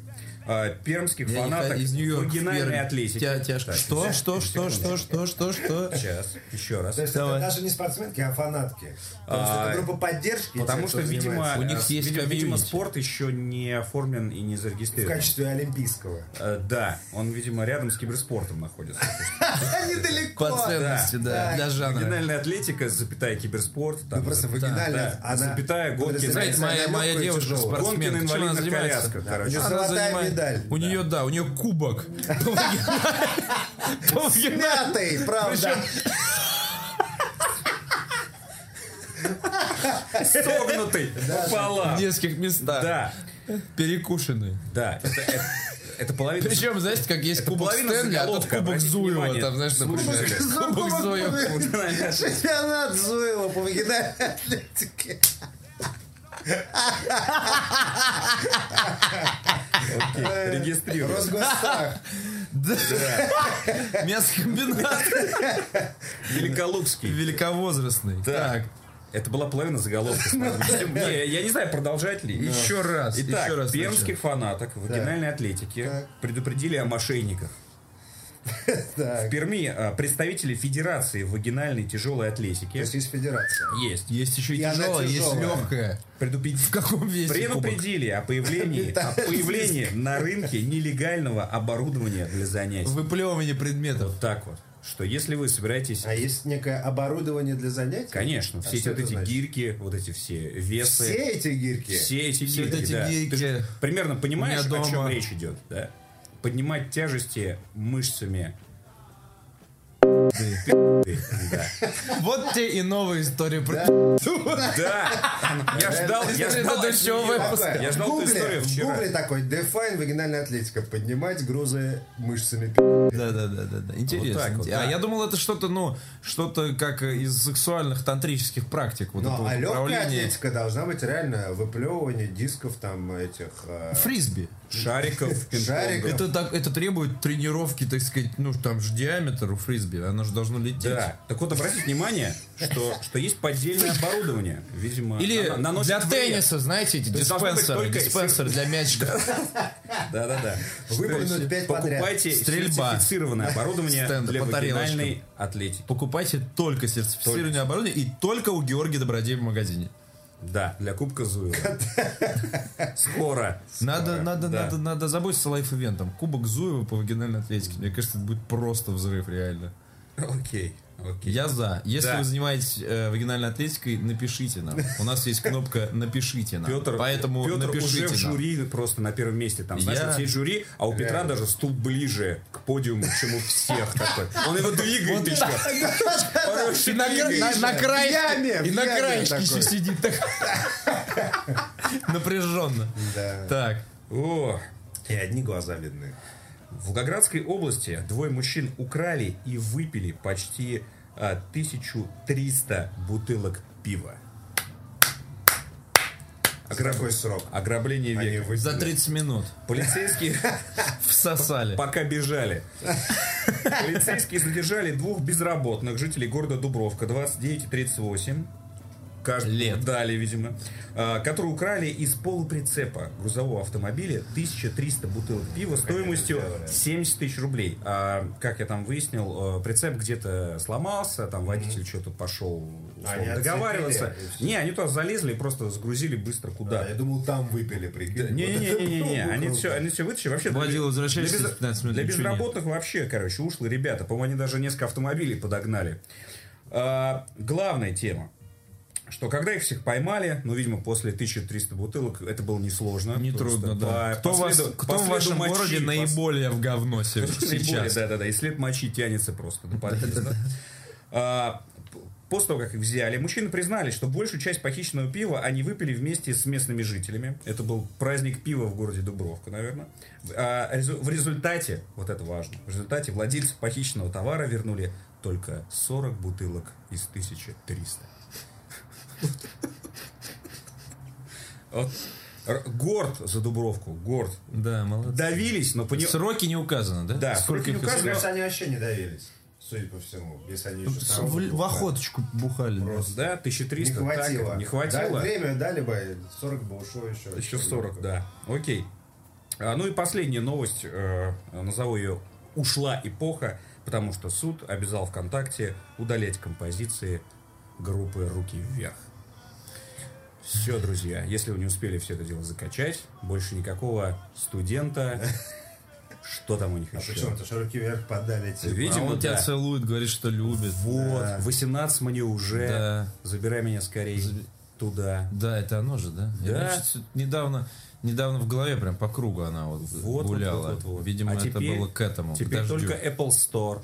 S2: э, пермских
S1: Я не
S2: фанаток
S1: ходил из Нью-Йорка в
S2: оригинальной
S1: Пермь.
S2: атлетики.
S1: Тя- тяжко.
S2: Так,
S1: Что,
S2: сейчас,
S1: что, что, что, что, что, что?
S2: Сейчас, еще раз.
S3: То есть
S1: Давай.
S3: это даже не спортсменки, а фанатки. Потому что
S2: А,
S3: это группа поддержки.
S2: Потому
S3: те,
S2: что,
S3: кто
S2: видимо,
S3: занимается
S1: У
S2: э,
S1: них
S2: с-
S1: есть
S2: видимо, видимо,
S1: комьюнити.
S2: спорт еще не оформлен и не
S3: в
S2: зарегистрирован.
S3: качестве олимпийского.
S2: Э, Да, он, видимо, рядом с киберспортом находится.
S3: А недалеко.
S1: По ценности, да,
S3: да.
S1: для жанра.
S2: Оригинальная атлетика, запятая киберспорт. там,
S3: Ну, просто
S2: да.
S3: вагинальная,
S2: да.
S3: она-
S2: Запятая, гонки.
S3: Подожди,
S1: Знаете,
S3: она
S1: моя,
S3: легкая
S1: моя
S3: и
S1: девушка
S3: тяжелая.
S2: Гонки на
S1: спортсменка, чем она
S2: инвалидных
S1: занимается?
S2: колясках,
S3: У
S2: короче.
S3: неё
S1: Она
S3: золотая
S1: занимает-
S3: медаль.
S1: У нее, да, у нее кубок. По вагиналь- по вагиналь-
S3: Мятый, правда.
S2: Согнутый пополам.
S1: В нескольких местах.
S2: Да,
S1: Перекушенный.
S2: да. это- это- Это половина...
S1: Причем, знаете, как есть кубок
S2: половина
S1: Стэнли, а тут
S2: заголовка,
S1: кубок
S2: обратите
S1: Зуева.
S2: внимание.
S1: Там, знаешь, например.
S2: Слушайте,
S1: Кубок Зуева.
S3: Чемпионат Зуева по вагинальной атлетике.
S2: Регистрируй.
S3: Росгоссах.
S1: Мясокомбинат.
S2: Великолукский.
S1: Великовозрастный.
S2: Так.
S1: Так.
S2: Это была половина заголовка. смотрите. Не, Я не знаю, продолжать ли.
S1: Еще раз.
S2: Итак,
S1: еще раз.
S2: пермских
S1: начнем.
S2: фанаток вагинальной атлетики
S3: Так.
S2: предупредили о мошенниках. В
S3: Так. То
S2: Перми а, представители Федерации вагинальной тяжелой атлетики
S3: есть есть федерация.
S2: есть.
S1: Есть еще и
S3: И она
S1: тяжелая, есть
S3: тяжелая.
S1: легкая. В каком весе кубок?
S2: Предупредили о появлении, о появлении на рынке нелегального оборудования для занятий.
S1: Выплевывание предметов.
S2: Вот так вот. Что если вы собираетесь...
S3: А есть некое оборудование для занятий?
S2: Конечно, все эти,
S3: что
S2: вот
S3: это
S2: эти
S3: значит?
S2: гирьки, вот эти все весы.
S3: Все эти гирьки?
S2: Все эти
S1: Все
S2: гирьки,
S1: эти
S2: да.
S1: гирьки.
S2: Ты же примерно понимаешь,
S1: У меня
S2: о чем
S1: дома.
S2: речь идет, да? Поднимать тяжести мышцами.
S1: Вот те и новая история про
S2: Да! Я ждал, я
S1: Это
S2: ждал.
S1: до
S2: от
S1: чего
S2: нее.
S1: выпуска.
S2: Я
S3: в
S2: ждал эту
S3: гугле,
S2: историю
S3: в
S2: вчера.
S3: гугле такой, define вагинальная атлетика, поднимать грузы мышцами пи***».
S1: Да, да, да, да, да. Интересно.
S2: так вот,
S1: Инте- а
S2: да.
S1: я думал, это что-то, ну, что-то как э, из сексуальных тантрических практик. Вот это
S3: Ну,
S1: вот
S3: а легкая
S1: управление.
S3: атлетика должна быть реально выплевывание дисков там этих... э,
S1: Фрисби.
S2: Шариков, пинг-понга.
S3: Шариков.
S1: Это, так, это требует тренировки, так сказать, ну, там же диаметр у фрисби, оно же должно лететь.
S2: Да. Так вот, обратите внимание, что, что есть поддельное оборудование. Видимо,
S1: Или
S2: на- наносит
S1: А, для
S2: вред.
S1: тенниса, знаете, эти
S2: есть должно быть
S1: диспенсеры,
S2: только-
S1: диспенсеры для мячиков.
S2: Да-да-да.
S3: Выплюнуть пять подряд.
S2: Покупайте
S1: Стрельба.
S2: сертифицированное оборудование
S1: Стенд
S2: для
S1: по тарелочкам.
S2: вагинальной атлетики.
S1: Покупайте только сертифицированное оборудование и только у Георгия Добродея в магазине.
S2: Да, для Кубка Зуева. Скоро.
S1: Надо, надо,
S2: да.
S1: надо, надо заботиться лайф-ивентом. Кубок Зуева по вагинальной атлетике. Мне кажется, это будет просто взрыв, реально.
S2: Окей, окей.
S1: Я за. Если
S2: Да.
S1: вы занимаетесь э, вагинальной атлетикой, напишите нам. У нас есть кнопка «Напишите нам».
S2: Петр,
S1: Поэтому
S2: Петр
S1: напишите
S2: уже в
S1: нам.
S2: жюри просто на первом месте. Там, знаешь,
S1: Я-
S2: вот сидит жюри, а у Петра
S3: Реально.
S2: даже стул ближе к подиуму, чем у всех такой. Он его двигает еще. Он его еще
S1: И на, кра-
S2: двигает.
S1: на- на
S3: В
S1: краешке-
S3: яме,
S1: и
S3: в
S1: на
S3: яме
S1: краешке
S3: такой.
S1: еще сидит так. Напряженно.
S3: Да.
S1: Так.
S2: О,
S3: И одни глаза видны.
S2: В Волгоградской области двое мужчин украли и выпили почти а, 1300 бутылок пива.
S3: За А какой срок?
S2: Ограбление
S3: Они
S2: века.
S3: выпили.
S1: За 30 минут.
S2: Полицейские
S1: Всосали.
S2: пока бежали. Полицейские задержали двух безработных жителей города Дубровка 29 и 38 кажд-
S1: Лет.
S2: Дали, видимо. а, Которые украли из полуприцепа грузового автомобиля 1300 бутылок пива стоимостью
S3: сделали.
S2: 70 тысяч рублей. А, как я там выяснил, э, прицеп где-то сломался, там водитель что-то пошел условно,
S3: Они отцепили,
S2: договариваться.
S3: и всё.
S2: Не, они туда залезли и просто сгрузили быстро куда.
S3: А, Я думал, там выпили, прикинь.
S2: Не-не-не-не, они все, они все вытащили. Вообще, для-
S1: Владимир, возвращайся
S2: для
S1: через
S2: без-
S1: 15 минут,
S2: Для
S1: ничего нет.
S2: безработных вообще, короче, ушлые ребята. По-моему, они даже несколько автомобилей подогнали. А, главная тема, что когда их всех поймали, ну, видимо, после 1300 бутылок, это было несложно.
S1: Нетрудно,
S2: Просто
S1: да.
S2: по-
S1: Кто,
S2: по
S1: вас,
S2: следу-
S1: кто
S2: по
S1: в
S2: следу
S1: вашем
S2: мочи,
S1: городе
S2: по
S1: наиболее в говно се- сейчас?
S2: да, да, да. И след мочи тянется просто до подъезда. А, п- После того, как их взяли, мужчины признались, что большую часть похищенного пива они выпили вместе с местными жителями. Это был праздник пива в городе Дубровка, наверное. А, резу- В результате, вот это важно, в результате владельцы похищенного товара вернули только 40 бутылок из 1300. Вот. Р- Горд за Дубровку, горд.
S1: Да, молодцы.
S2: Давились, но пони-
S1: Сроки не указаны, да?
S2: Да,
S1: Сколько
S2: сроки не
S1: их
S2: указаны.
S3: Мне Ну, кажется, они вообще не давились, судя по всему. Если они еще
S1: С-
S3: сразу
S1: В, в
S3: бухали.
S1: охоточку бухали. да.
S2: Да,
S3: Не
S2: 1300. так,
S3: хватило.
S2: не хватило.
S3: Да, время дали бы, 40 бы ушло еще.
S2: Еще 40, да. Окей. А, Ну и последняя новость, э, назову ее «Ушла эпоха», потому что суд обязал ВКонтакте удалять композиции группы «Руки вверх». Все, друзья, если вы не успели все это дело закачать, больше никакого студента, что там у них
S3: А
S2: еще?
S3: причем это же руки вверх подали типа.
S2: Видишь?
S1: а
S2: видимо,
S1: он тебя
S2: да.
S1: целует, говорит, что любит.
S2: Вот, 18 мне уже,
S1: Да.
S2: забирай меня скорее туда.
S1: Да, это оно же, да? Я
S2: Да.
S1: вообще чё-то недавно, недавно в голове прям по кругу она вот,
S2: Вот,
S1: гуляла.
S2: вот, вот, вот, вот.
S1: Видимо,
S2: А
S1: это
S2: теперь-
S1: было к этому. к
S2: Теперь
S1: дождю.
S2: только э- Apple Store.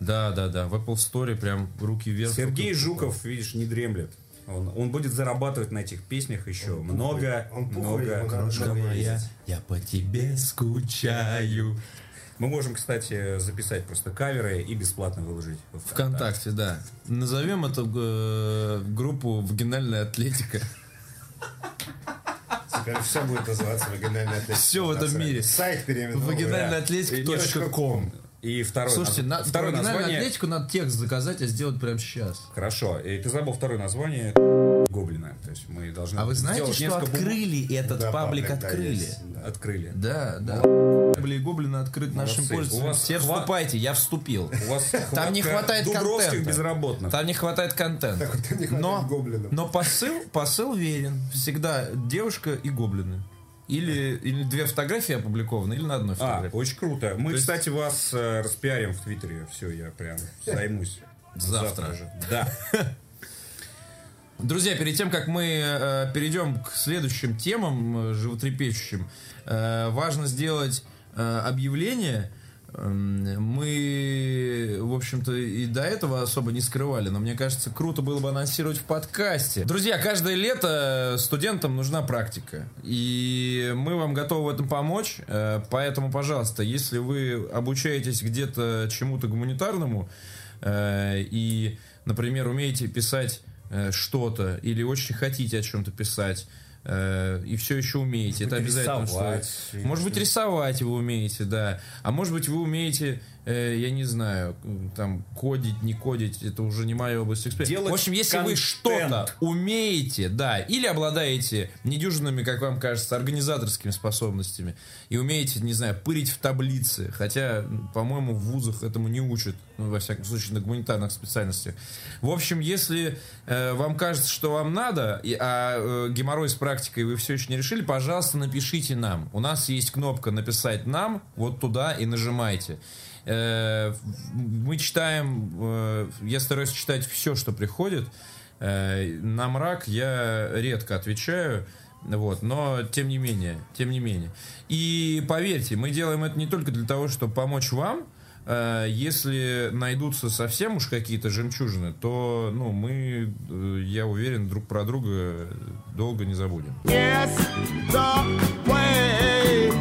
S1: Да, да, да. В Apple Store прям руки вверх.
S2: Сергей
S1: руки вверх.
S2: Жуков, видишь, не дремлет. Он, он будет зарабатывать на этих песнях еще много,
S3: Он пухает,
S2: много.
S3: ему надо
S2: кружка
S3: домой
S2: моя.
S3: ездить.
S1: Я по тебе скучаю.
S2: Мы можем, кстати, записать просто каверы и бесплатно выложить. во
S1: Вконтакте,
S2: ВКонтакте.
S1: да. Назовем эту э, группу «Вагинальная атлетика».
S3: Теперь все будет называться вагинальная атлетика.
S1: Всё в этом мире.
S3: Сайт переименован.
S1: Вагинальная
S2: да. Э,
S1: атлетика.
S3: ком.
S2: И второе,
S1: Слушайте,
S2: наз-
S1: на, про
S2: второе
S1: «Вагинальную
S2: название...
S1: атлетику надо текст заказать, а сделать прям сейчас.
S2: Хорошо, и ты забыл второе название Гоблина. То есть мы должны
S1: А вы знаете,
S2: сделать
S1: что
S2: несколько бум-
S1: открыли этот
S3: Да,
S1: паблик,
S3: паблик, да,
S1: открыли?
S3: есть.
S2: Открыли.
S1: Да, да. Блин, гоблины открыт нашим
S2: Молодцы. У
S1: пользователям.
S2: вас
S1: Все
S2: хва-
S1: вступайте, я вступил.
S2: У вас
S1: Там не хватает
S2: дубровских
S1: контента.
S2: безработных.
S1: Там не хватает контента.
S3: не хватает
S1: но,
S3: гоблинов.
S1: но посыл, посыл верен. Всегда девушка и гоблины. Или, или две фотографии опубликованы, или на одной
S2: А,
S1: фотографии.
S2: очень круто. Мы,
S1: есть-
S2: кстати, вас э, распиарим в Твиттере. Все, я прям займусь.
S1: Завтра.
S2: же. Да.
S1: Друзья, перед тем, как мы э, перейдем к следующим темам э, животрепещущим, э, важно сделать э, объявление. Эм, Мы, в общем-то, и до этого особо не скрывали, но мне кажется, круто было бы анонсировать в подкасте. Друзья, каждое лето э, студентам нужна практика, и мы вам готовы в этом помочь, э, поэтому, пожалуйста, если вы обучаетесь где-то чему-то гуманитарному э, и, например, умеете писать э, что-то или очень хотите о чем-то писать э, и все еще умеете. Это
S2: быть,
S1: обязательно.
S2: рисовать.
S1: стоит. Может быть, рисовать вы умеете, да. А может быть, вы умеете, э, я не знаю, м, там, кодить, не кодить, это уже не моя область эксперта.
S2: Делать
S1: В общем, если вы
S2: контент.
S1: что-то умеете, да, или обладаете недюжинными, как вам кажется, организаторскими способностями, и умеете, не знаю, пырить в таблице, хотя, м, по-моему, в вузах этому не учат, ну, во всяком случае, на гуманитарных специальностях. В общем, если э, вам кажется, что вам надо, и- а э, геморрой с практикой вы все еще не решили, пожалуйста, напишите нам. У нас есть кнопка «Написать нам», вот туда и нажимайте. Э, мы читаем, э, я стараюсь читать все, что приходит, Э, На мрак я редко отвечаю. Вот, но тем не менее, тем не менее. И поверьте, мы делаем это не только для того, чтобы помочь вам. Э, Если найдутся совсем уж какие-то жемчужины, то ну, мы, э, я уверен, друг про друга э, долго не забудем.
S4: It's the way.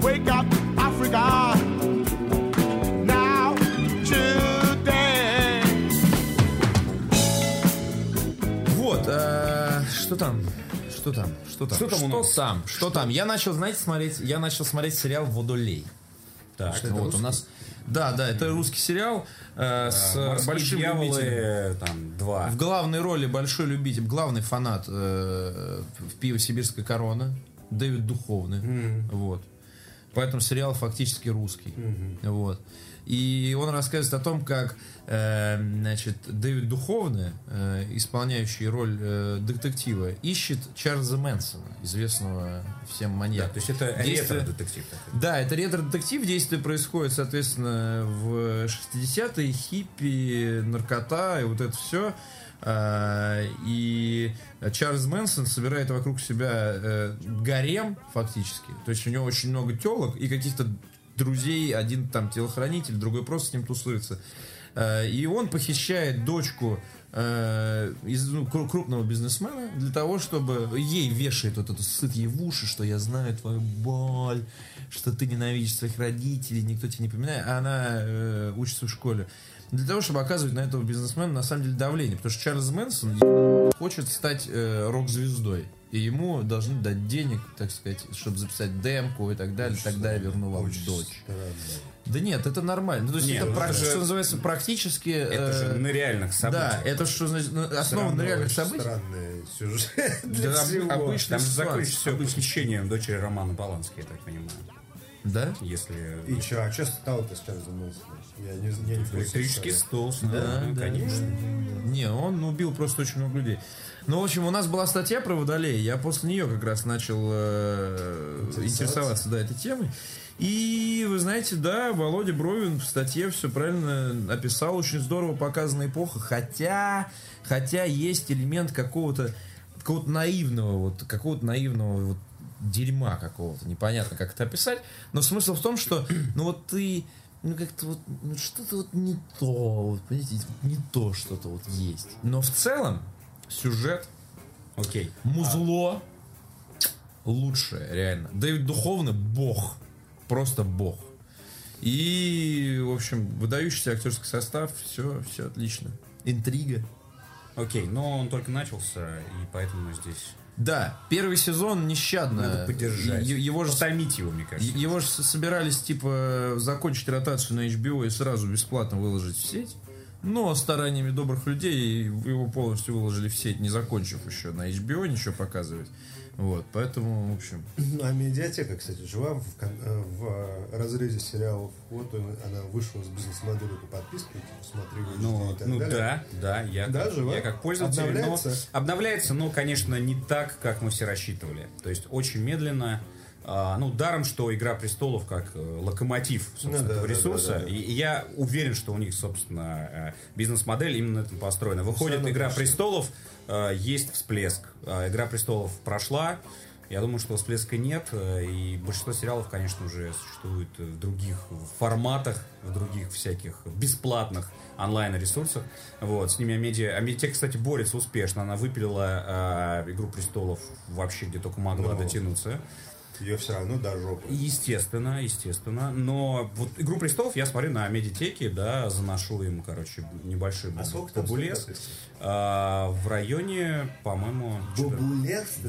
S4: Wake up, Africa. Now, today.
S1: Вот, э, что там? Что там? Что там?
S2: Что там у нас?
S1: там? Что там? Я начал, знаете, смотреть, я начал смотреть сериал «Водолей».
S2: Так,
S1: вот у нас. Да, да, это русский сериал э, с э,
S2: Морские
S1: большим
S2: дьяволы,
S1: любителем.
S2: там, два.
S1: В главной роли большой любитель, главный фанат э, в пиво Сибирская корона Дэвид Духовный. Вот. Поэтому сериал фактически русский. Вот. И он рассказывает о том, как э, значит, Дэвид Духовный, э, исполняющий роль э, детектива, ищет Чарльза Мэнсона, известного всем
S2: Да,
S1: маньяка.
S2: то есть это
S1: Действие-
S2: ретро-детектив. такой.
S1: Да, это ретро-детектив. Действие происходит, соответственно, в 60-е, хиппи, наркота и вот это все. И Чарльз Мэнсон собирает вокруг себя э, гарем, фактически. То есть у него очень много телок и каких-то друзей. Один там телохранитель, другой просто с ним тусуется. Э, И он похищает дочку э, из ну, кру- крупного бизнесмена для того, чтобы ей вешает вот эту сыт ей в уши, что я знаю твою боль, что ты ненавидишь своих родителей, никто тебя не поминает, а она э, учится в школе. Для того, чтобы оказывать на этого бизнесмена на самом деле давление. Потому что Чарльз Мэнсон е- хочет стать э, рок-звездой. И ему должны дать денег, так сказать, чтобы записать демку и так далее, тогда я верну Ну, вам дочь.
S3: Странно.
S1: Да нет, это нормально. Ну, то есть
S2: Не,
S1: это
S2: ну,
S1: прак-
S2: это же-
S1: что называется практически.
S2: Это же
S1: э,
S2: на реальных событиях.
S1: Да, это что значит, ну, основано на
S3: Странный,
S1: реальных
S3: очень
S1: событиях.
S3: Странный сюжет.
S1: Да, об- обычный
S2: Там же
S1: ситуация.
S2: закончится все похищением дочери Романа Полански, я так понимаю.
S1: Да?
S2: Если
S3: И чё, а что стало-то сейчас за мысль? Я не, я не а в курсе
S2: электрический
S3: истории.
S2: стол,
S1: Да,
S2: ну,
S1: да.
S2: конечно.
S1: Не, он убил просто очень много людей. Ну, в общем, у нас была статья про водолея. Я после нее как раз начал э,
S3: Интересоваться.
S1: интересоваться да, этой темой. И вы знаете, да, Володя Бровин в статье все правильно описал. Очень здорово показана эпоха. Хотя, хотя есть элемент какого-то какого-то наивного, вот какого-то наивного вот, дерьма какого-то. Непонятно, как это описать. Но смысл в том, что ну вот ты. Ну как-то вот ну, что-то вот не то, вот, понимаете, не то что-то вот есть. Но в целом сюжет
S2: Окей.
S1: Музло лучшее, реально. Да и духовно бог. Просто бог. И, в общем, выдающийся актерский состав, все, все отлично. Интрига.
S2: Окей, но он только начался, и поэтому здесь
S1: Да, первый сезон нещадно.
S2: надо поддержать.
S1: Э, Е- Его же,
S2: Утомить его, мне кажется.
S1: е- его же собирались, типа, закончить ротацию на HBO и сразу бесплатно выложить в сеть. Но стараниями добрых людей его полностью выложили в сеть, не закончив еще на HBO ничего показывать. Вот, поэтому, в общем,
S3: Ну, а медиатека, кстати, жива в, кон- э, в, э, разрезе сериалов. Вот он- она вышла с бизнес-моделью по подписке, типа, смотри, выжди
S2: Ну,
S3: и так
S2: ну
S3: далее.
S2: да, да, я,
S3: Да,
S2: как,
S3: жива.
S2: я как пользователь.
S3: Обновляется?
S2: Но, обновляется, но, конечно, не так, как мы все рассчитывали. То есть очень медленно. А, ну, даром, что «Игра престолов» как э, локомотив, собственно,
S3: Ну да,
S2: этого
S3: да,
S2: ресурса.
S3: да, да, да.
S2: И, и я уверен, что у них, собственно, э, бизнес-модель именно на этом построена. Выходит
S3: равно
S2: «Игра
S3: точно.
S2: престолов», э, есть всплеск. А, «Игра престолов» прошла. Я думаю, что всплеска нет, э, и большинство сериалов, конечно, уже существует э, в других форматах, в других всяких бесплатных онлайн-ресурсах. Вот, с ними Амедиа... Амедиа, кстати, борется успешно. Она выпилила э, «Игру престолов» вообще где только могла
S3: Ну,
S2: дотянуться.
S3: Ее все равно до жопы.
S2: Естественно, естественно. Но вот «Игру престолов» я смотрю на медитеке, да, заношу им, короче, небольшой
S3: А сколько там
S2: бабулес.
S3: стоит подписка?
S2: А, в районе, по-моему... что-то-
S3: Бабулес? ты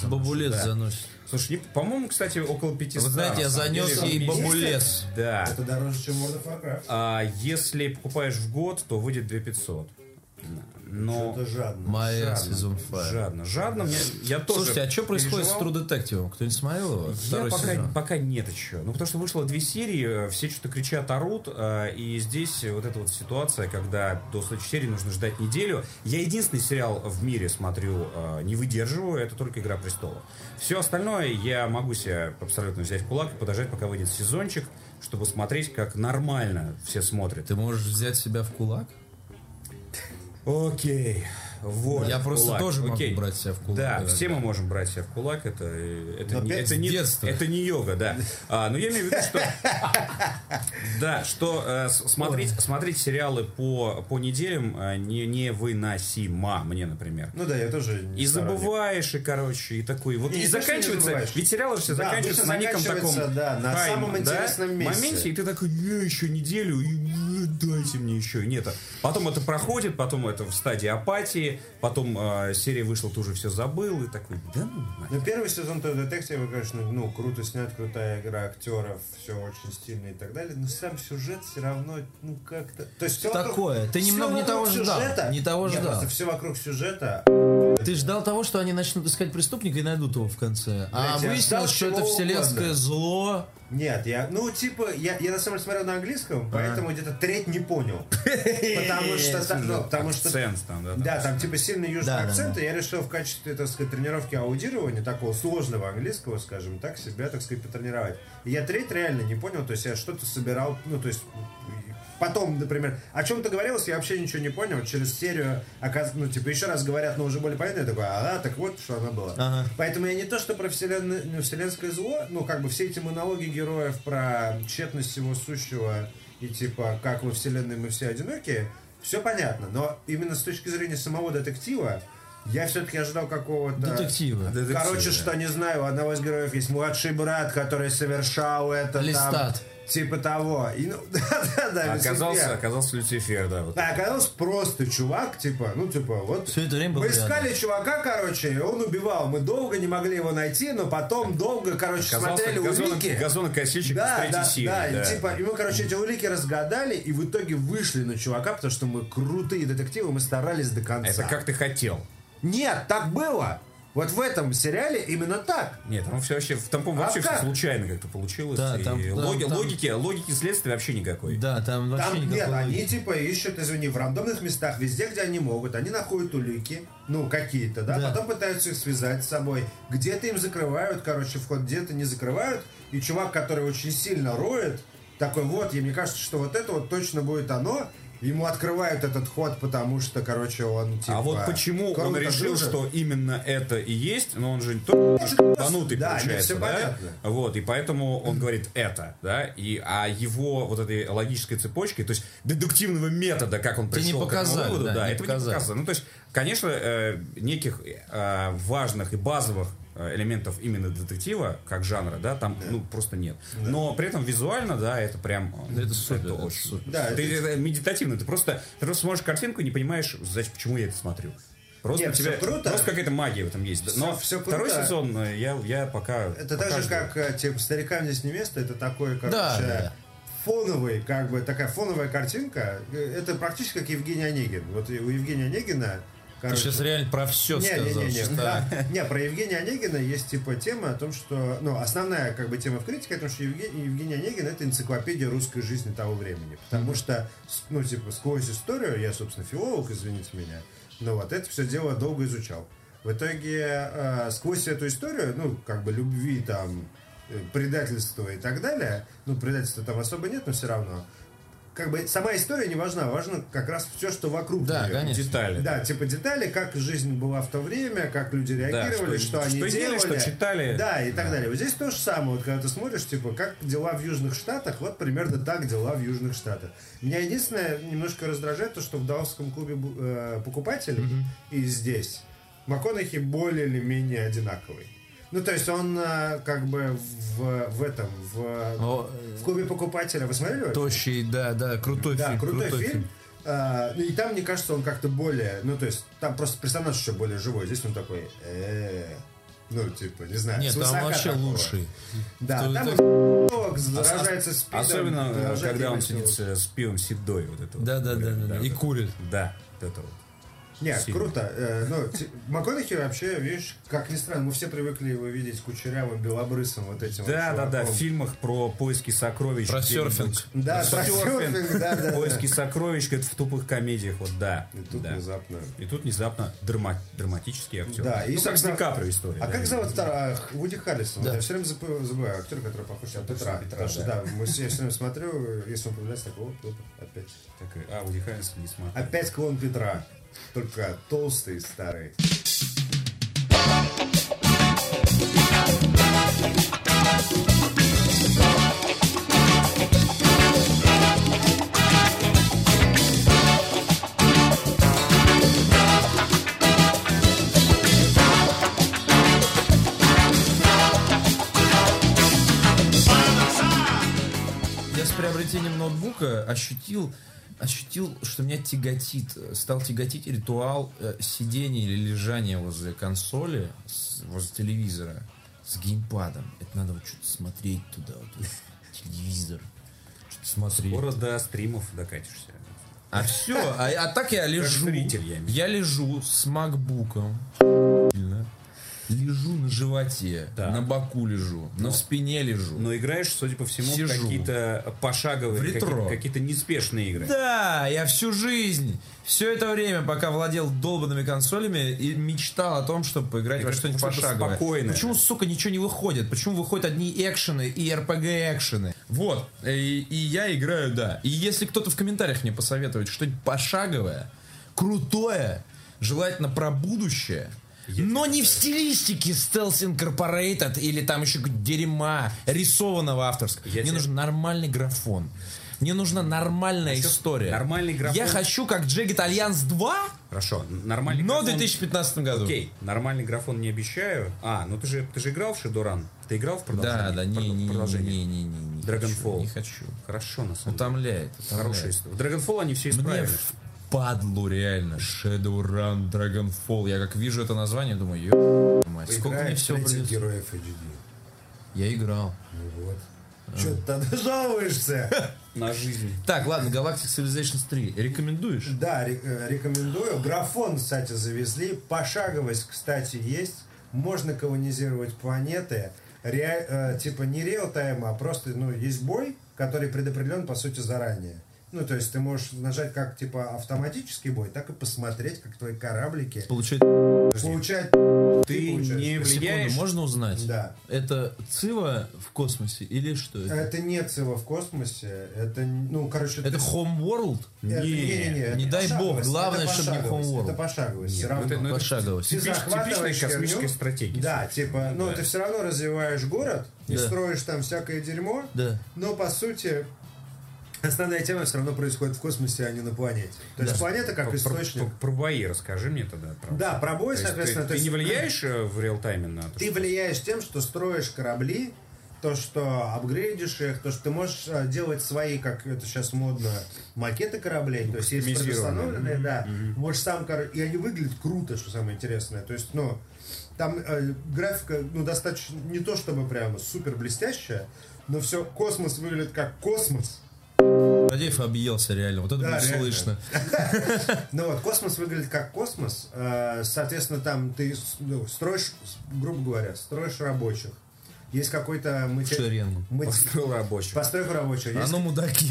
S3: заносишь?
S2: заношу,
S1: бабулес
S2: да.
S1: заносит.
S2: Слушай, не- по-моему, кстати, около 500.
S1: Вы знаете, я
S2: на самом
S1: занес
S2: деле,
S1: ей
S2: там
S1: бабулес.
S2: есть. Да.
S3: Это дороже, чем World of Warcraft.
S2: А если покупаешь в год, то выйдет 2500. Но...
S3: Это жадно.
S1: А, Моя
S2: жадно,
S1: сезон файл.
S2: жадно, жадно. Мне, я тоже
S1: Слушайте, а что происходит с
S2: переживал.
S1: True Detective? Кто-нибудь смотрел его?
S2: Я
S1: Второй
S2: пока,
S1: сезон.
S2: пока нет еще. Ну, потому что вышло две серии, э, все что-то кричат, орут, э, и здесь э, вот эта вот ситуация, когда до следующей серии нужно ждать неделю. Я единственный сериал в мире смотрю, э, не выдерживаю, это только «Игра престолов». Все остальное я могу себе абсолютно взять в кулак и подождать, пока выйдет сезончик, чтобы смотреть, как нормально все смотрят.
S1: Ты можешь взять себя в кулак?
S2: Окей. Вот.
S1: Я
S2: в
S1: просто
S2: кулак.
S1: тоже могу
S2: Окей.
S1: брать себя в кулак.
S2: Да,
S1: иногда.
S2: все мы можем брать себя в кулак, это, э, это,
S3: Но
S2: не,
S3: опять
S2: это,
S1: с
S2: не,
S1: детства.
S2: это не йога, да. А, но я имею в виду, что... Да, что э, с- смотреть, смотреть сериалы по, по неделям э, не, невыносимо, мне, например.
S3: Ну да, я тоже не
S2: И
S3: сторонник.
S2: забываешь, и, короче, и такой. Вот,
S3: Не,
S2: и
S3: не то, что не
S2: заканчивается.
S3: забываешь.
S2: Ведь сериалы же все
S3: Да,
S2: заканчиваются на
S3: обычно
S2: неком таком.
S3: заканчивается, да, на
S2: хайме,
S3: самом
S2: да,
S3: интересном месте.
S2: моменте, и ты такой, я еще неделю, и, э, дайте мне еще. Нет. а Потом это проходит, потом это в стадии апатии, потом э, серия вышла, ты уже все забыл, и такой, да ну нафиг».
S3: Ну, первый сезон Трue Detective, конечно, ну, круто снят, крутая игра актеров, все очень стильно и так далее, но сам сюжет все равно, ну, как-то... То есть все
S1: Такое. Ты немного не того ждал. Не того ждал.
S3: просто все вокруг сюжета.
S1: Ты ждал того, что они начнут искать преступника и найдут его в конце. А
S3: Блядь, я ждал
S1: выяснилось, что
S3: чего
S1: это вселенское
S3: угодно.
S1: зло.
S3: Нет, я, ну, типа, я, я на самом деле смотрел на
S2: А.
S3: английском, поэтому где-то треть не понял. Потому что, там, ну, потому что
S2: Акцент там, да.
S3: Да, там типа сильный южный
S1: Да, да,
S3: акцент, и я решил в качестве, так сказать, тренировки аудирования, такого сложного английского, скажем так, себя, так сказать, потренировать. И я треть реально не понял, то есть я что-то собирал, ну, то есть и потом, например, о чем-то говорилось, я вообще ничего не понял, через серию, оказ- ну, типа, еще раз говорят, но уже более понятно, я такой, а, да, так вот, что она была.
S1: Ага.
S3: Поэтому я не то, что про вселенную, ну, вселенское зло, ну, как бы все эти монологи героев про тщетность всего сущего и типа, как во вселенной мы все одинокие, все понятно, но именно с точки зрения самого детектива, я все-таки ожидал какого-то...
S1: Детектива.
S2: Детектива,
S3: Короче,
S2: да.
S3: что не знаю, у одного из героев есть младший брат, который совершал это там.
S1: Листат.
S3: Типа того. И, ну, да-да-да,
S2: Оказался,
S3: Люцифер.
S2: оказался Люцифер, да. Вот.
S3: Да, оказался просто чувак, типа, ну, типа, вот...
S1: Всё это время был
S3: Мы
S1: рядом.
S3: искали чувака, короче, и он убивал. Мы долго не могли его найти, но потом долго, короче, смотрели
S2: газонок-
S3: улики.
S2: газонокосильщик из
S3: Да,
S2: третьей
S3: да,
S2: серии.
S3: да, и
S2: да.
S3: типа, и мы, короче, эти улики разгадали, и в итоге вышли на чувака, потому что мы крутые детективы, мы старались до конца.
S2: Это как ты хотел.
S3: Нет, так было! Вот в этом сериале именно так.
S2: Нет, там все вообще, там, по-моему,
S3: А
S2: вообще
S3: как?
S2: все случайно как-то получилось.
S1: Да,
S2: и
S1: там- там-
S2: логи-
S1: там-
S2: логики, логики следствия вообще никакой.
S1: Да, там вообще
S3: Там,
S1: никакой
S3: нет, они
S1: логики.
S3: типа ищут, извини, в рандомных местах, везде, где они могут. Они находят улики, ну, какие-то, да,
S1: Да.
S3: потом пытаются их связать с собой. Где-то им закрывают, короче, вход, где-то не закрывают. И чувак, который очень сильно роет, такой вот, и мне кажется, что вот это вот точно будет оно. Ему открывают этот ход, потому что, короче, он типа...
S2: А вот почему он
S3: круто
S2: решил,
S3: дружит.
S2: что именно это и есть, но он же не то ебанутый,
S3: Ну, Да, нет,
S2: получается,
S3: всё
S2: да?
S3: понятно.
S2: Вот, и поэтому он говорит это, да, и, а его вот этой логической цепочкой, то есть дедуктивного метода, как он
S1: Тебе не
S2: пришел к этому
S1: показали,
S2: выводу,
S1: да,
S2: да,
S1: не
S2: этого
S1: показали.
S2: не показано. Ну, то есть, конечно, э, неких э, важных и базовых э, элементов именно детектива, как жанра, да, там, ну, просто нет. Но при этом визуально, да, это прям...
S1: Да Ну, это супер, это
S2: очень.
S1: супер.
S3: Да,
S2: Ты- это медитативно, ты просто, ты просто смотришь картинку и не понимаешь, зачем, почему я это смотрю. Просто
S3: Нет,
S2: у тебя
S3: всё круто.
S2: просто какая-то магия в этом есть.
S3: Всё-
S2: Но
S3: всё круто.
S2: второй сезон э, я, я пока.
S3: Это
S2: пока
S3: так же,
S2: жду.
S3: как, э, типа, старикам здесь не место, это такое, короче,
S1: Да, да.
S3: фоновый, как бы, такая фоновая картинка. Э, Это практически как Евгений Онегин. Вот и у Евгения Онегина,
S1: Ты
S3: короче...
S1: сейчас реально про все
S3: Не, не,
S1: сказал.
S3: не, не,
S1: что-
S3: да. Не, про Евгения Онегина есть типа тема о том, что, ну, основная как бы тема в критике, о том, что Евгений, Евгений Онегин это энциклопедия русской жизни того времени, потому что, с- ну, типа сквозь историю, я, собственно, филолог, извините меня, но вот это все дело долго изучал. В итоге э, сквозь эту историю, ну, как бы любви там, э, предательства и так далее, ну, предательства там особо нет, но все равно. Как бы сама история не важна, важно как раз все, что вокруг
S1: Да,
S3: неё.
S1: конечно.
S2: детали.
S3: Да, типа детали, как жизнь была в то время, как люди реагировали,
S2: что-
S3: что, они
S2: что
S3: делали,
S2: ели, что читали.
S3: Да, и так далее. Вот здесь то же самое, вот когда ты смотришь, типа, как дела в Южных Штатах, вот примерно так дела в Южных Штатах. Меня единственное немножко раздражает то, что в Далласском клубе э, покупателей и здесь МакКонахи более или менее одинаковый. Ну, то есть он э, как бы в, в этом, в,
S1: О,
S3: в клубе покупателя. Вы смотрели? вообще?
S1: Тощий, да, да, крутой
S3: Да,
S1: фильм.
S3: крутой, фильм. А, ну и там, мне кажется, он как-то более... Ну, то есть, там просто персонаж еще более живой. Здесь он такой... «Э, Ну, типа, не знаю.
S1: Нет,
S3: с
S1: там
S3: высока
S1: вообще
S3: такого.
S1: лучший.
S3: Да,
S1: То-
S3: там
S1: так-
S3: он ***ок, заражается спидом.
S2: Особенно э,
S3: заражает
S2: когда он
S3: его
S2: сидит с,
S3: всего.
S2: э, с пивом седой. Вот это вот.
S1: Да, да, да, да, да. И
S2: вот это.
S1: курит.
S2: Да, вот это вот.
S3: Нет,
S2: сильно.
S3: круто. Э, ну, ти- МакКонахи вообще, видишь, как ни странно, мы все привыкли его видеть кучерявым, белобрысым вот этим вот
S2: Да, да, да. В
S3: чуваком.
S2: фильмах про поиски сокровищ.
S1: Про
S2: где-нибудь.
S1: серфинг.
S3: Да, про
S2: Серфинг,
S3: серфинг, да, да, да.
S2: Поиски сокровищ, это в тупых комедиях, вот да.
S3: И тут
S2: да.
S3: внезапно...
S2: И тут внезапно драма- драматический актер.
S3: Да, и,
S2: ну, как с
S3: собственно,
S2: Ди Каприо история.
S3: А
S2: да,
S3: как
S2: и-
S3: зовут второго- а, Вуди Харрисон?
S1: Да.
S3: Я все время забы- забываю актера, который похож на Петра.
S2: Петра,
S3: Потому что, да,
S2: да.
S3: мы все- я все время смотрю, если он появляется, такой, вот, вот, опять.
S2: Так, э, а, Вуди Харрельсон не смотрел.
S3: Опять клон Петра. Только толстый, старый.
S1: Я с приобретением ноутбука ощутил, ощутил, что меня тяготит, э, стал тяготить ритуал э, сидения или лежания возле консоли, с- возле телевизора с геймпадом. Это надо вот что-то смотреть туда, вот, вот, телевизор, что-то смотреть.
S2: Скоро до стримов докатишься.
S1: А все, а, а так я лежу.
S2: зритель, я имею в виду.
S1: Я лежу с макбуком. Лежу на животе,
S2: Так.
S1: на
S2: Ну.
S1: боку лежу, на спине лежу.
S2: Но играешь, судя по всему, в
S1: Сижу.
S2: какие-то пошаговые,
S1: В ретро.
S2: какие-то, какие-то неспешные игры.
S1: Да, я всю жизнь, все это время, пока владел долбанными консолями, и мечтал о том, чтобы поиграть во
S2: Это
S1: что-нибудь
S2: что-то
S1: пошаговое.
S2: спокойное.
S1: Почему, Ну, сука, ничего не выходит? Почему выходят одни экшены и RPG экшены? Вот, Э, и, и я играю, да. И если кто-то в комментариях мне посоветует что-нибудь пошаговое, крутое, желательно про будущее, но не в стилистике Stealth Incorporated или там еще какого-то дерьма рисованного авторского.
S2: Я
S1: Мне
S2: тебе-
S1: нужен нормальный графон. Мне нужна нормальная история.
S2: нормальный графон.
S1: Я хочу как Джек Итальянс 2,
S2: Хорошо, н- нормальный
S1: но в
S2: графон.
S1: 2015 году.
S2: Окей, нормальный графон не обещаю. А, ну ты же, ты же играл в Шедуран? Ты играл в продолжение?
S1: Да, да, не,
S2: Прод-
S1: не, не,
S2: продолжение?
S1: не, не, не, не
S2: Dragonfall.
S1: хочу, не хочу.
S2: Хорошо, на самом деле.
S1: Утомляет. утомляет.
S2: Хорошая история. В Dragonfall они все
S1: Мне
S2: исправили.
S1: впадлу реально. Shadowrun, Dragonfall. Я как вижу это название, думаю, ё мать, сколько мне
S3: Играешь
S1: всего
S3: среди
S1: придется.
S3: героев HD.
S1: Я играл.
S3: Ну вот.
S1: А.
S3: Че ты тогда жалуешься?
S2: На жизнь.
S1: Так, ладно, Galactic Civilizations 3. Рекомендуешь?
S3: Да, ре- э, рекомендую. Графон, кстати, завезли. Пошаговость, кстати, есть. Можно колонизировать планеты. Ре- э, типа не реал-тайм, а просто ну, есть бой, который предопределен, по сути, заранее. Ну, то есть ты можешь нажать как, типа, автоматический бой, так и посмотреть, как твои кораблики
S1: Получать
S3: получают...
S2: Ты
S3: получаешь.
S2: не
S1: секунду
S2: влияешь.
S1: можно узнать?
S3: Да. Э,
S1: Это Цива в космосе или что это?
S3: Это не цело в космосе. Это, ну, короче...
S1: Это
S3: ты-
S1: Homeworld?
S3: это-
S2: не,
S3: не-не-не,
S1: не
S3: это
S1: дай бог,
S3: пошаговость,
S1: главное,
S3: это
S1: чтобы не
S3: пошаговость,
S1: Homeworld.
S3: Это пошаговость, все равно.
S2: вот это- ну,
S1: Пошагово.
S3: Ты
S2: Типич- типичная
S3: захватываешь
S2: космическая
S3: херню.
S2: стратегия.
S3: Да, типа, ну ты все равно развиваешь город и
S1: Да.
S3: строишь там всякое дерьмо,
S1: Да.
S3: но по сути основная тема все равно происходит в космосе, а не на планете. То есть планета как
S2: Про-
S3: источник.
S2: Про, про бои расскажи мне тогда. Про...
S3: Да, про бой,
S2: То есть
S3: соответственно,
S2: ты,
S3: то
S2: ты не
S3: есть-
S2: влияешь э, в реал-тайме на то,
S3: Ты
S2: что-
S3: влияешь тем, что строишь корабли, то, что апгрейдишь их, то, что ты можешь э, делать свои, как это сейчас модно, макеты кораблей, то есть есть
S2: кастомизированные.
S3: предустановленные, да. Можешь сам, кор- и они выглядят круто, что самое интересное. То есть, ну, там э, графика, ну, достаточно, не то чтобы прямо супер блестящая, но все, космос выглядит как космос.
S1: Надеев объелся реально. Вот это
S3: Да,
S1: будет
S3: реально.
S1: слышно.
S3: Ну вот, космос выглядит как космос. Э, Соответственно, там ты с- ну, строишь, с- грубо говоря, строишь рабочих. Есть какой-то материал.
S1: Шеренгу.
S2: построил рабочих.
S3: Постройка рабочего.
S1: А
S3: Есть
S1: ну, мудаки.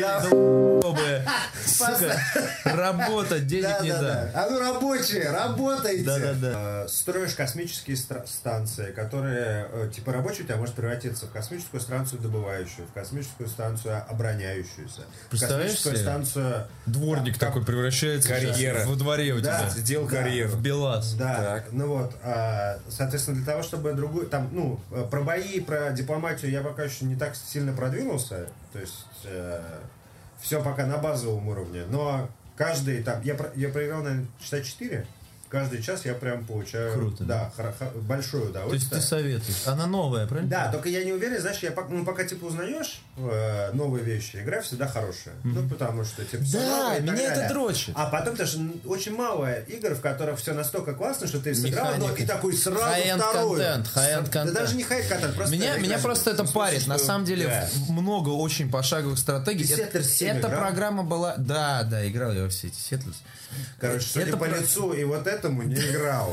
S3: Да,
S1: долбые. Сука, работа, денег
S3: да,
S1: не
S3: да,
S1: дам.
S3: да. А ну рабочие, работайте.
S1: Да, да, да.
S3: Э, Строишь космические стра- станции, которые, э, типа, рабочий у тебя может превратиться в космическую станцию добывающую, в космическую станцию обороняющуюся, в
S1: Представляешь
S3: космическую
S1: себе?
S3: станцию... а,
S1: Дворник такой превращается
S2: Карьера.
S1: сейчас во дворе у
S3: Да.
S1: тебя.
S2: Сделал
S3: Да.
S2: карьеру.
S1: В Белас.
S3: Да,
S2: Так.
S3: ну вот, а, соответственно, для того, чтобы другую, там, ну, э, про бои, про дипломатию я пока еще не так сильно продвинулся, то есть все пока на базовом уровне, но каждый там, я, про- я проиграл, наверное, часа 4, каждый час я прям получаю,
S1: Круто,
S3: да, хра- хра- большое
S1: То есть
S3: удовольствие.
S1: ты советуешь. Она новая, правильно?
S3: Да, только я не уверен, знаешь, я пок- ну, пока типа узнаешь э, новые вещи, игра всегда хорошая. Ну, потому что типа всё
S1: Да,
S3: новое и так
S1: меня это
S3: далее.
S1: дрочит.
S3: А потом даже м, очень мало игр, в которых все настолько классно, что ты сыграл одно
S1: Механика.
S3: и такой сразу
S1: High-end
S3: вторую.
S1: контент, high-end
S3: Да
S1: контент.
S3: даже не хай контент, просто
S1: меня,
S3: игра
S1: меня
S3: с-
S1: просто это
S3: в смысле,
S1: парит. На
S3: что-
S1: самом деле
S3: Да.
S1: в- много очень пошаговых стратегий.
S3: Ты
S1: Это-
S3: Settlers 7
S1: Эта
S3: играл?
S1: программа была... Да, да, играл я во все эти Settlers.
S3: Короче, судя
S1: это
S3: по
S1: про-
S3: лицу и вот этому не играл.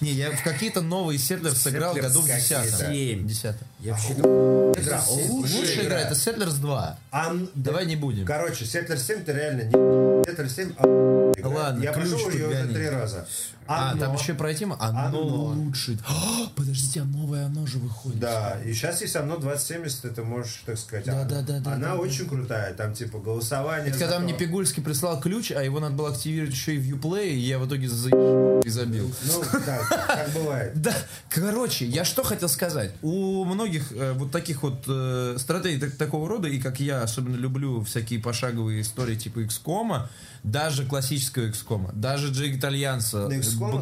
S1: Не, я в какие-то новые Settlers сыграл
S2: Settlers
S1: году в 10
S2: какие-то.
S1: 10
S2: Я вообще
S3: Игра.
S1: Лучшая игра это
S3: игра.
S1: Settlers 2.
S3: А, н-
S1: Давай не будем.
S3: Короче, Сетлер 7 ты реально не... Сетлер 7 а, игра.
S1: Ладно,
S3: Я
S1: ключ
S3: прошел ее уже
S1: подгони.
S3: три раза.
S1: А,
S3: Оно.
S1: там еще пройти? м- Оно,
S3: Оно.
S1: лучше. А, подожди, а новое оно же выходит.
S3: Да, и сейчас есть оно 2070, и ты можешь, так сказать,
S1: Да,
S3: а-
S1: да, да, да,
S3: она
S1: да,
S3: очень крутая, там типа голосование.
S1: Это когда
S3: за
S1: мне
S3: то-
S1: Пигульский прислал ключ, а его надо было активировать еще и в Uplay, и я в итоге за... и забил.
S3: Ну, да, так бывает.
S1: Да, короче, я что хотел сказать. У многих э, вот таких вот э, стратегий так- такого рода, и как я особенно люблю всякие пошаговые истории типа XCOM, даже классического XCOM, даже Джек Итальянца,
S3: На XCOM, кстати, была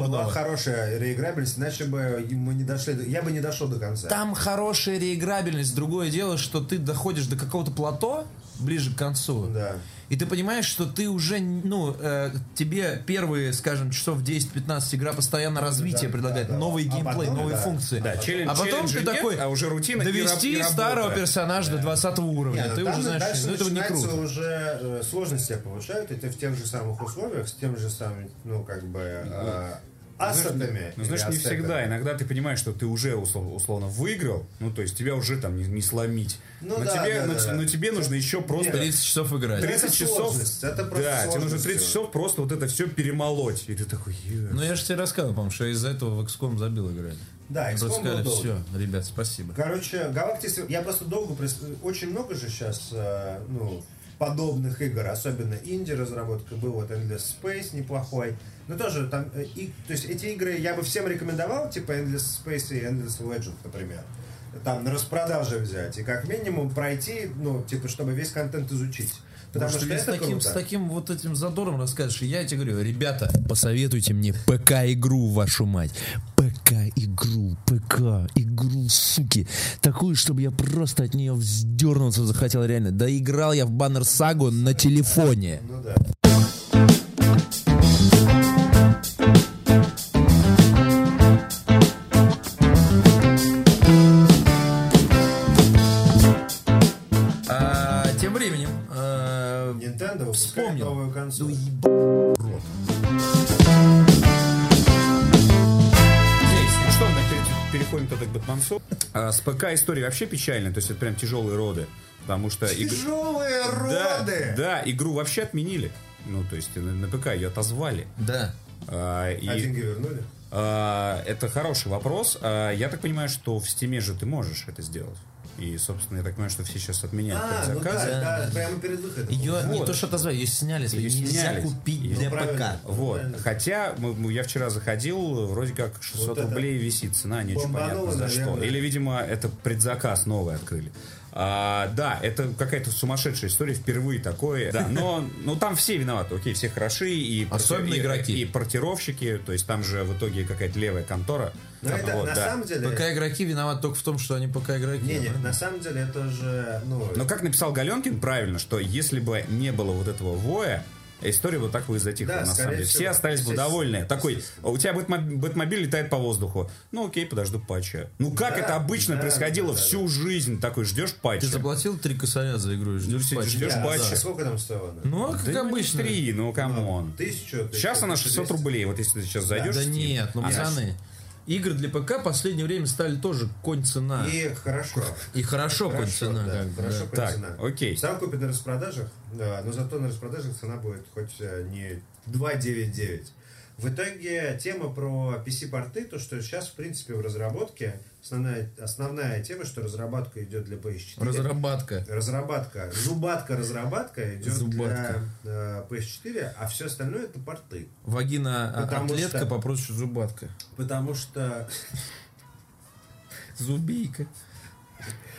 S1: богоподобного.
S3: хорошая реиграбельность, иначе бы мы не дошли, до- я бы не дошел до конца.
S1: Там хорошая реиграбельность. Другое дело, что ты доходишь до какого-то плато ближе к концу.
S3: Да.
S1: И ты понимаешь, что ты уже, ну, э, тебе первые, скажем, часов 10-15 игра постоянно развитие
S3: да,
S1: предлагает,
S3: да, да.
S1: новый
S3: А
S1: геймплей,
S3: потом,
S1: новые
S3: да.
S1: функции.
S2: Да, челлен-
S1: а потом
S2: челленджа
S1: ты
S2: нет,
S1: такой,
S2: а уже рутина и
S1: довести
S2: раб- и
S1: старого
S2: работа.
S1: персонажа до 20 уровня.
S3: Не, ну
S1: ты
S3: там
S1: уже знаешь,
S3: дальше
S1: ну этого не
S3: начинается
S1: круто.
S3: уже э, сложность тебя повышают, и ты в тех же самых условиях, с тем же самым, ну, как бы, э, ассетами.
S2: Ну, знаешь,
S3: или
S2: не
S3: ассетами.
S2: всегда. Иногда ты понимаешь, что ты уже услов- условно выиграл, ну, то есть тебя уже там не, не сломить.
S3: Ну
S2: но,
S3: да,
S2: тебе,
S3: да,
S2: но,
S3: да,
S2: те-
S3: да.
S2: но тебе нужно еще просто
S1: 30 часов играть.
S2: 30
S3: Это
S2: часов.
S3: сложность, это просто
S2: да, тебе нужно
S3: сложность
S2: 30
S3: всего.
S2: часов просто вот это все перемолоть. И ты такой, «Е».
S1: Ну я же тебе рассказывал, по-моему, что из-за этого в XCOM забил играть.
S3: Да,
S1: Просто
S3: XCOM был
S1: сказали,
S3: долгий.
S1: все, ребят, спасибо.
S3: Короче, Галактис, я просто долго, прис- очень много же сейчас, ну, подобных игр, особенно инди-разработка, был вот Endless Space неплохой, но тоже там, э, и, то есть эти игры я бы всем рекомендовал, типа Endless Space и Endless Legend, например. там на распродаже взять и как минимум пройти, ну, типа, чтобы весь контент изучить.
S1: Потому
S3: Потому что,
S1: что, я с,
S3: это
S1: таким,
S3: круто.
S1: с таким вот этим задором расскажешь, и я тебе говорю, ребята, посоветуйте мне ПК-игру, вашу мать. ПК-игру, ПК-игру, суки. Такую, чтобы я просто от нее вздернуться захотел реально. Да играл я в баннер сагу на телефоне.
S3: Ну да.
S1: А, тем временем, а,
S3: Nintendo выпускает
S1: Вспомнил. Ну,
S3: новую консоль.
S2: Здесь, ну что, мы пере- переходим тогда к Бэтмансу. А, с ПК история вообще печальная, то есть это прям тяжелые роды. Потому что... иг-
S3: Тяжелые
S2: Да,
S3: роды!
S2: Да, игру вообще отменили. Ну, то есть на, на ПК ее отозвали.
S1: да.
S2: А, и,
S3: А деньги вернули?
S2: а, это хороший вопрос. А, я так понимаю, что в Стиме же ты можешь это сделать. И, собственно, я так понимаю, что все сейчас отменяют
S3: А, ну да,
S2: предзаказы.
S3: да, прямо перед выходом. Ну,
S1: Ее не
S2: Вот.
S1: то что отозвали, ее сняли.
S2: Её
S1: нельзя
S2: сняли.
S1: купить
S2: Ну,
S1: для
S3: правильно.
S1: ПК.
S2: Вот.
S3: Правильно.
S2: Хотя мы- мы- я вчера заходил, вроде как 600
S3: Вот это
S2: рублей висит, цена не очень
S3: бомбануло,
S2: понятно за что.
S3: наверное.
S2: Или, видимо, это предзаказ новый открыли. А, да, это какая-то сумасшедшая история, впервые такое. Да, но ну, там все виноваты, окей, все хороши. И
S1: Особенно
S2: и-
S1: игроки.
S2: И портировщики, то есть там же в итоге какая-то левая контора.
S3: Но
S2: Там,
S3: Ну, это
S2: вот,
S3: на
S2: да. Ну,
S3: самом деле...
S1: ПК-игроки виноваты только в том, что они ПК-игроки.
S3: Не, не,
S1: да?
S3: на самом деле это же, ну,
S2: Но как написал Галенкин, правильно, что если бы не было вот этого воя, история бы так бы и затихла,
S3: Да,
S2: на
S3: скорее
S2: самом деле. Все
S3: всего.
S2: остались бы
S3: Естественно.
S2: довольны. Такой, у тебя бэтмо- бэтмобиль летает по воздуху. Ну окей, подожду патча. Ну как
S3: Да,
S2: это обычно
S3: да,
S2: происходило
S3: да, да,
S2: всю жизнь? Такой ждешь
S1: Ты
S2: патча.
S1: заплатил три косаря за игру и
S2: Ну,
S1: ждешь
S2: все,
S1: патча?
S2: ждешь
S3: я-
S2: патча.
S3: Сколько там стоило?
S1: Ну, а
S2: Да
S1: как
S2: ну, не
S1: обычно.
S2: три, ну камон.
S3: Тысячу.
S2: Сейчас она 600 рублей, вот если ты сейчас зайдешь.
S1: Да
S2: в Steam,
S1: нет, ну,
S2: она-
S1: пацаны, игры для ПК в последнее время стали тоже конь цена. И,
S3: И хорошо.
S1: хорошо, конь
S3: Хорошо,
S1: цена.
S3: да,
S1: как бы,
S3: хорошо
S1: да.
S3: конь
S2: Так,
S3: цена.
S2: окей.
S3: Сам купит на распродажах, да, но зато на распродажах цена будет хоть э, не 2,99. В итоге тема про PC-порты, то что сейчас, в принципе, в разработке основная, основная тема, что разработка идет для PS4.
S1: Разработка.
S3: Разработка, зубатка, разработка идет
S1: Зубатка.
S3: для э, PS4, а все остальное это порты.
S1: Вагина а,
S3: Потому
S1: атлетка
S3: что-
S1: попроще зубатка.
S3: Потому что
S1: Зубейка.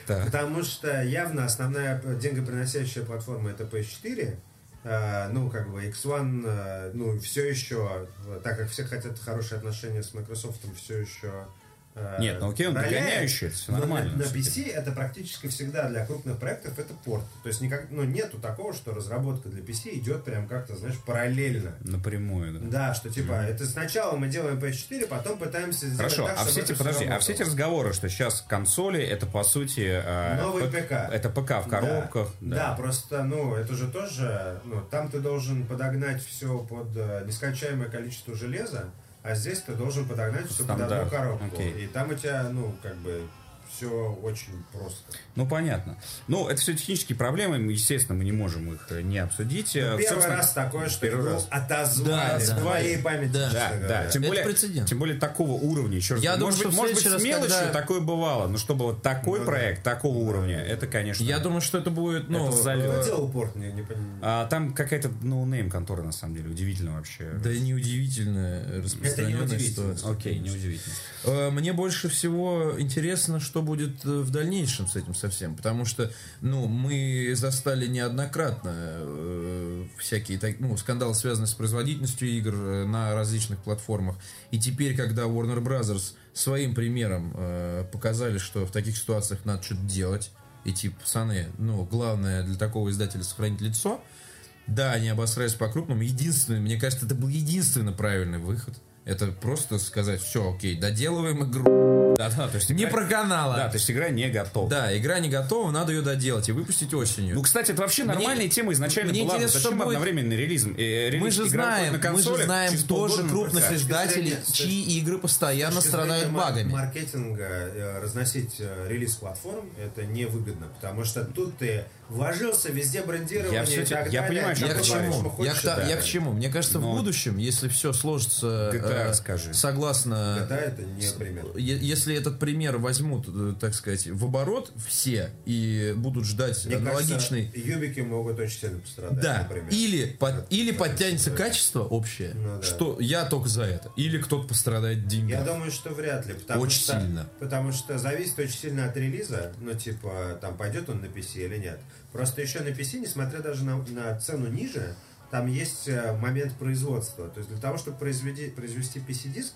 S2: Так.
S3: Потому что явно основная п- деньгоприносящая платформа это PS4. Э, Ну, как бы X1, э, ну, все еще, э, так как все хотят хорошие отношения с Microsoft, все еще... э,
S2: Нет, ну окей, он
S3: роляет.
S2: догоняющий, это всё
S3: Но на-
S2: нормально,
S3: На,
S2: всё-таки.
S3: PC это практически всегда для крупных проектов это порт. То есть никак, ну, нету такого, что разработка для PC идет прям как-то, знаешь, параллельно.
S2: Напрямую, да.
S3: Да, что типа, это сначала мы делаем PS4, потом пытаемся сделать
S2: Хорошо,
S3: так,
S2: а
S3: чтобы
S2: все эти,
S3: это всё
S2: подожди, а
S3: работало.
S2: все эти разговоры, что сейчас консоли, это по сути... э,
S3: Новый
S2: П-
S3: ПК.
S2: Это ПК в коробках.
S3: Да, да, просто, ну, это же тоже, ну, там ты должен подогнать все под э, нескончаемое количество железа, а здесь ты должен подогнать все под
S2: Стандарт,
S3: одну коробку.
S2: окей.
S3: И там у тебя, ну, как бы, все очень просто.
S2: Ну, понятно. Ну, это все технические проблемы, мы, естественно, мы не можем их э, не обсудить. Э,
S3: Ну, Первый
S2: собственно,
S3: раз такое, что
S2: первый
S3: игру
S2: раз.
S1: Да,
S3: отозвали с
S1: да.
S3: твоей памяти.
S1: Да.
S3: честно
S2: Да, да.
S3: говоря.
S2: Тем
S1: Это
S2: более,
S1: прецедент.
S2: тем более такого уровня. Еще раз.
S1: Я думаю,
S2: может быть,
S1: что в
S2: может быть,
S1: следующий
S2: с
S1: раз,
S2: мелочью
S1: когда-
S2: такое бывало. Но чтобы вот такой
S3: Ну да.
S2: проект, такого уровня, это, конечно.
S1: Я думаю, что это будет, ну,
S2: Это залет.
S3: Кто делал порт, не, не понимаю.
S2: А, там какая-то ноунейм контора, на самом деле, удивительно вообще.
S1: да неудивительно распространенная
S3: неудивительно.
S1: ситуация.
S2: Окей, неудивительно.
S1: Э, Мне больше всего интересно, что будет э, в дальнейшем с этим совсем, потому что, ну, мы застали неоднократно э, всякие так- ну, скандалы, связанные с производительностью игр э, на различных платформах. И теперь, когда Warner Brothers своим примером э, показали, что в таких ситуациях надо что-то делать, и типа, пацаны, ну, главное для такого издателя сохранить лицо, да, они обосрались по-крупному. Единственный, мне кажется, это был единственно правильный выход. Это просто сказать, все, окей, доделываем игру.
S2: Да, да, то есть
S1: Не
S2: игра-
S1: про
S2: Да,
S1: канала.
S2: то есть игра не готова.
S1: Да, игра не готова, надо ее доделать и выпустить осенью.
S2: Ну, кстати, это вообще
S1: Мне-
S2: нормальная тема изначально
S1: мне
S2: была.
S1: интересно,
S2: Зачем
S1: что будет-
S2: одновременный релиз? Э, релиз
S1: мы же
S2: игра
S1: знаем,
S2: выходит на
S1: мы же
S2: консолях
S1: знаем
S2: через
S1: тоже
S2: полгода на
S1: крупных
S2: ПК.
S1: издателей,
S3: С точки зрения-
S1: чьи игры постоянно
S3: С точки зрения
S1: страдают
S3: мар-
S1: багами.
S3: маркетинга э, разносить э, релиз платформ это невыгодно, потому что тут ты вложился везде брендирование
S2: Я всё
S3: и
S2: те-
S3: так
S2: я
S3: далее.
S2: понимаю,
S3: Ты
S2: что
S1: Я к
S2: ты
S3: покупаешь,
S2: говоришь,
S1: чему?
S3: что
S1: Я
S3: хочешь,
S1: к, та-
S3: да.
S1: я к чему? Мне кажется, в
S2: Но-
S1: будущем, если все сложится
S2: Как
S1: э,
S2: расскажи. А.
S1: согласно...
S3: Да, это не пример.
S1: Е- Если этот пример возьмут, э, так сказать, в оборот все и будут ждать
S3: Мне
S1: аналогичный...
S3: кажется, юбики могут очень сильно пострадать,
S1: Да,
S3: например.
S1: или, под-
S3: От-
S1: или
S3: от
S1: подтянется
S3: этого.
S1: качество общее,
S3: Ну да.
S1: что я только за это. Или кто-то пострадает деньги.
S3: Я думаю, что вряд ли. Потому
S1: Очень
S3: что,
S1: сильно.
S3: Потому что зависит очень сильно от релиза. Ну, типа, там пойдет он на PC или нет. Просто еще на PC, несмотря даже на, на цену ниже, там есть э, момент производства. То есть для того, чтобы произведи- произвести PC-диск,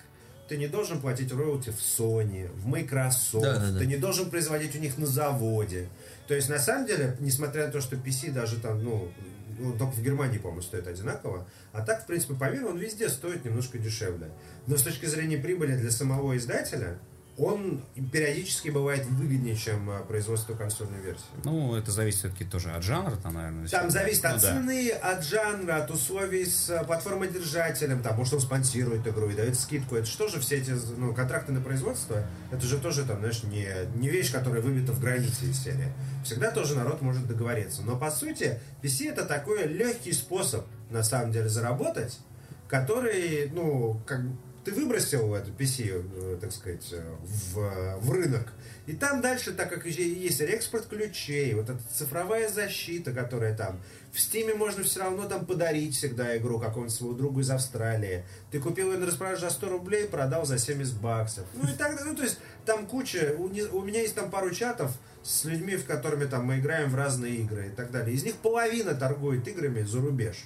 S3: ты не должен платить роялти в Sony, в Microsoft,
S1: Да, да, да.
S3: ты не должен производить у них на заводе. То есть, на самом деле, несмотря на то, что PC даже там, ну, ну, только в Германии, по-моему, стоит одинаково, а так, в принципе, по миру он везде стоит немножко дешевле. Но с точки зрения прибыли для самого издателя, он периодически бывает выгоднее, чем э, производство консольной версии.
S2: Ну, это зависит все-таки тоже от жанра, там, наверное.
S3: Там зависит
S2: Ну
S3: от
S2: да.
S3: цены, от жанра, от условий с э, платформодержателем, там, может, он спонсирует игру и дает скидку. Это что же все эти ну, контракты на производство? Это же тоже, там, знаешь, не, не вещь, которая выбита в границе из серии. Всегда тоже народ может договориться. Но, по сути, PC — это такой легкий способ, на самом деле, заработать, который, ну, как бы ты выбросил эту PC, э, так сказать, э, в, э, в рынок. И там дальше, так как е- есть реэкспорт ключей, вот эта цифровая защита, которая там... В Стиме можно все равно там подарить всегда игру какому-нибудь своему другу из Австралии. Ты купил ее на распродаже за 100 рублей, продал за 70 баксов. Ну и так далее. Ну, то есть там куча... У, не- у меня есть там пару чатов с людьми, в которыми там мы играем в разные игры и так далее. Из них половина торгует играми за рубеж.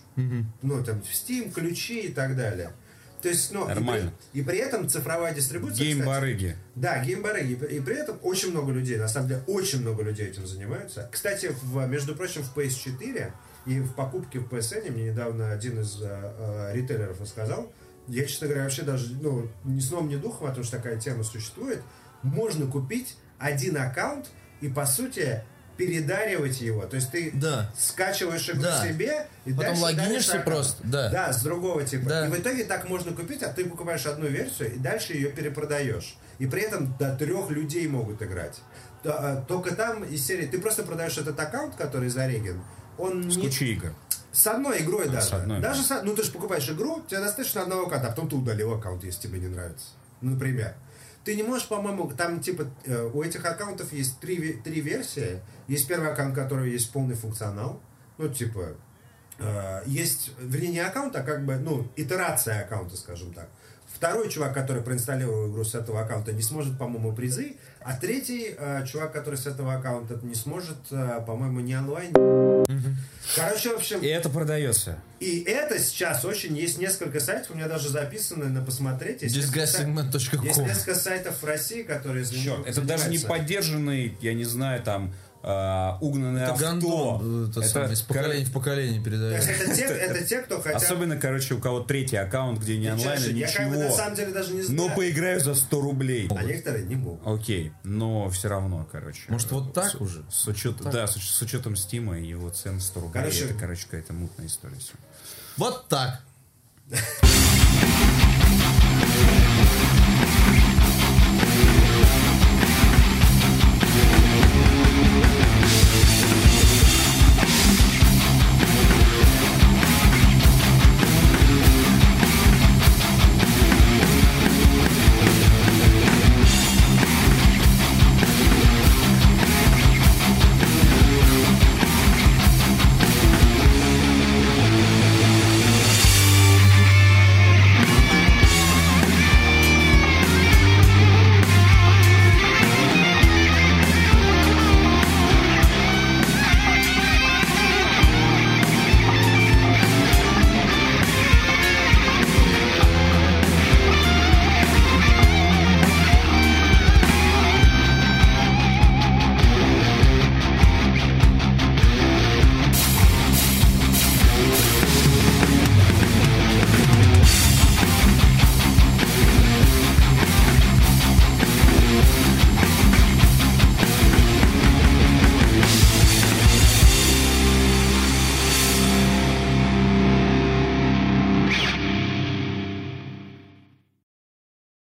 S3: Ну, там, в Steam, ключи и так далее. То есть, ну, и при-
S2: Нормально.
S3: И при, этом цифровая дистрибуция... кстати,
S2: Гейм-барыги.
S3: да, геймбары. И, и при этом очень много людей, на самом деле, очень много людей этим занимаются. Кстати, в, между прочим, в PS4 и в покупке в PSN мне недавно один из э, э, ритейлеров рассказал. Я, честно говоря, вообще даже ну, ни сном, ни духом о том, что такая тема существует. Можно купить один аккаунт и, по сути, передаривать его. То есть ты
S1: Да.
S3: скачиваешь игру
S1: Да.
S3: себе и
S1: Потом
S3: дальше
S1: логинишься
S3: даришь на аккаунт.
S1: просто, да.
S3: Да, с другого типа.
S1: Да.
S3: И в итоге так можно купить, а ты покупаешь одну версию и дальше ее перепродаешь. И при этом до трех людей могут играть. Т- а, Только там из серии ты просто продаешь этот аккаунт, который зареген. Он
S2: С
S3: не-
S2: кучей игр.
S3: с одной игрой даже.
S2: одной, да.
S3: даже со- Ну ты же покупаешь игру, тебе достаточно одного аккаунта, а потом ты удалил аккаунт, если тебе не нравится. Ну, Например. Ты не можешь, по-моему, там типа э, у этих аккаунтов есть три, ве- три версии. Есть первый аккаунт, который есть полный функционал. Ну, типа, э, есть, вернее, не аккаунт, а как бы, ну, итерация аккаунта, скажем так. Второй чувак, который проинсталлировал игру с этого аккаунта, не сможет, по-моему, призы. А третий э, чувак, который с этого аккаунта не сможет, э, по-моему, не онлайн. Короче, в общем...
S2: И это продается.
S3: И это сейчас очень... Есть несколько сайтов, у меня даже записаны на посмотреть. Есть несколько сай- Есть
S1: Disgustingman.com
S3: несколько сайтов в России, которые... занимаются-
S2: Черт, это даже не
S3: занимаются.
S2: поддержанный, я не знаю, там, а, угнанное
S1: Это
S2: авто.
S1: гандон, э, это
S2: Это,
S1: самое, из
S2: кор-
S1: поколения в поколение
S3: То есть
S1: передается.
S3: это те, это те, кто хотят...
S2: Особенно, короче, у кого третий аккаунт, где не онлайн, и
S3: Я как бы на самом
S2: ничего. Ну,
S3: деле даже не знаю.
S2: Но поиграю за 100 рублей.
S3: А некоторые не могут.
S2: Окей, но все равно, короче.
S1: Может, вот так
S2: С-
S1: уже?
S2: С учетом, да, с, уч- с учетом Стима и его цен в 100 рублей.
S3: Короче-
S2: это, короче, какая-то мутная история. всё.
S1: Вот так.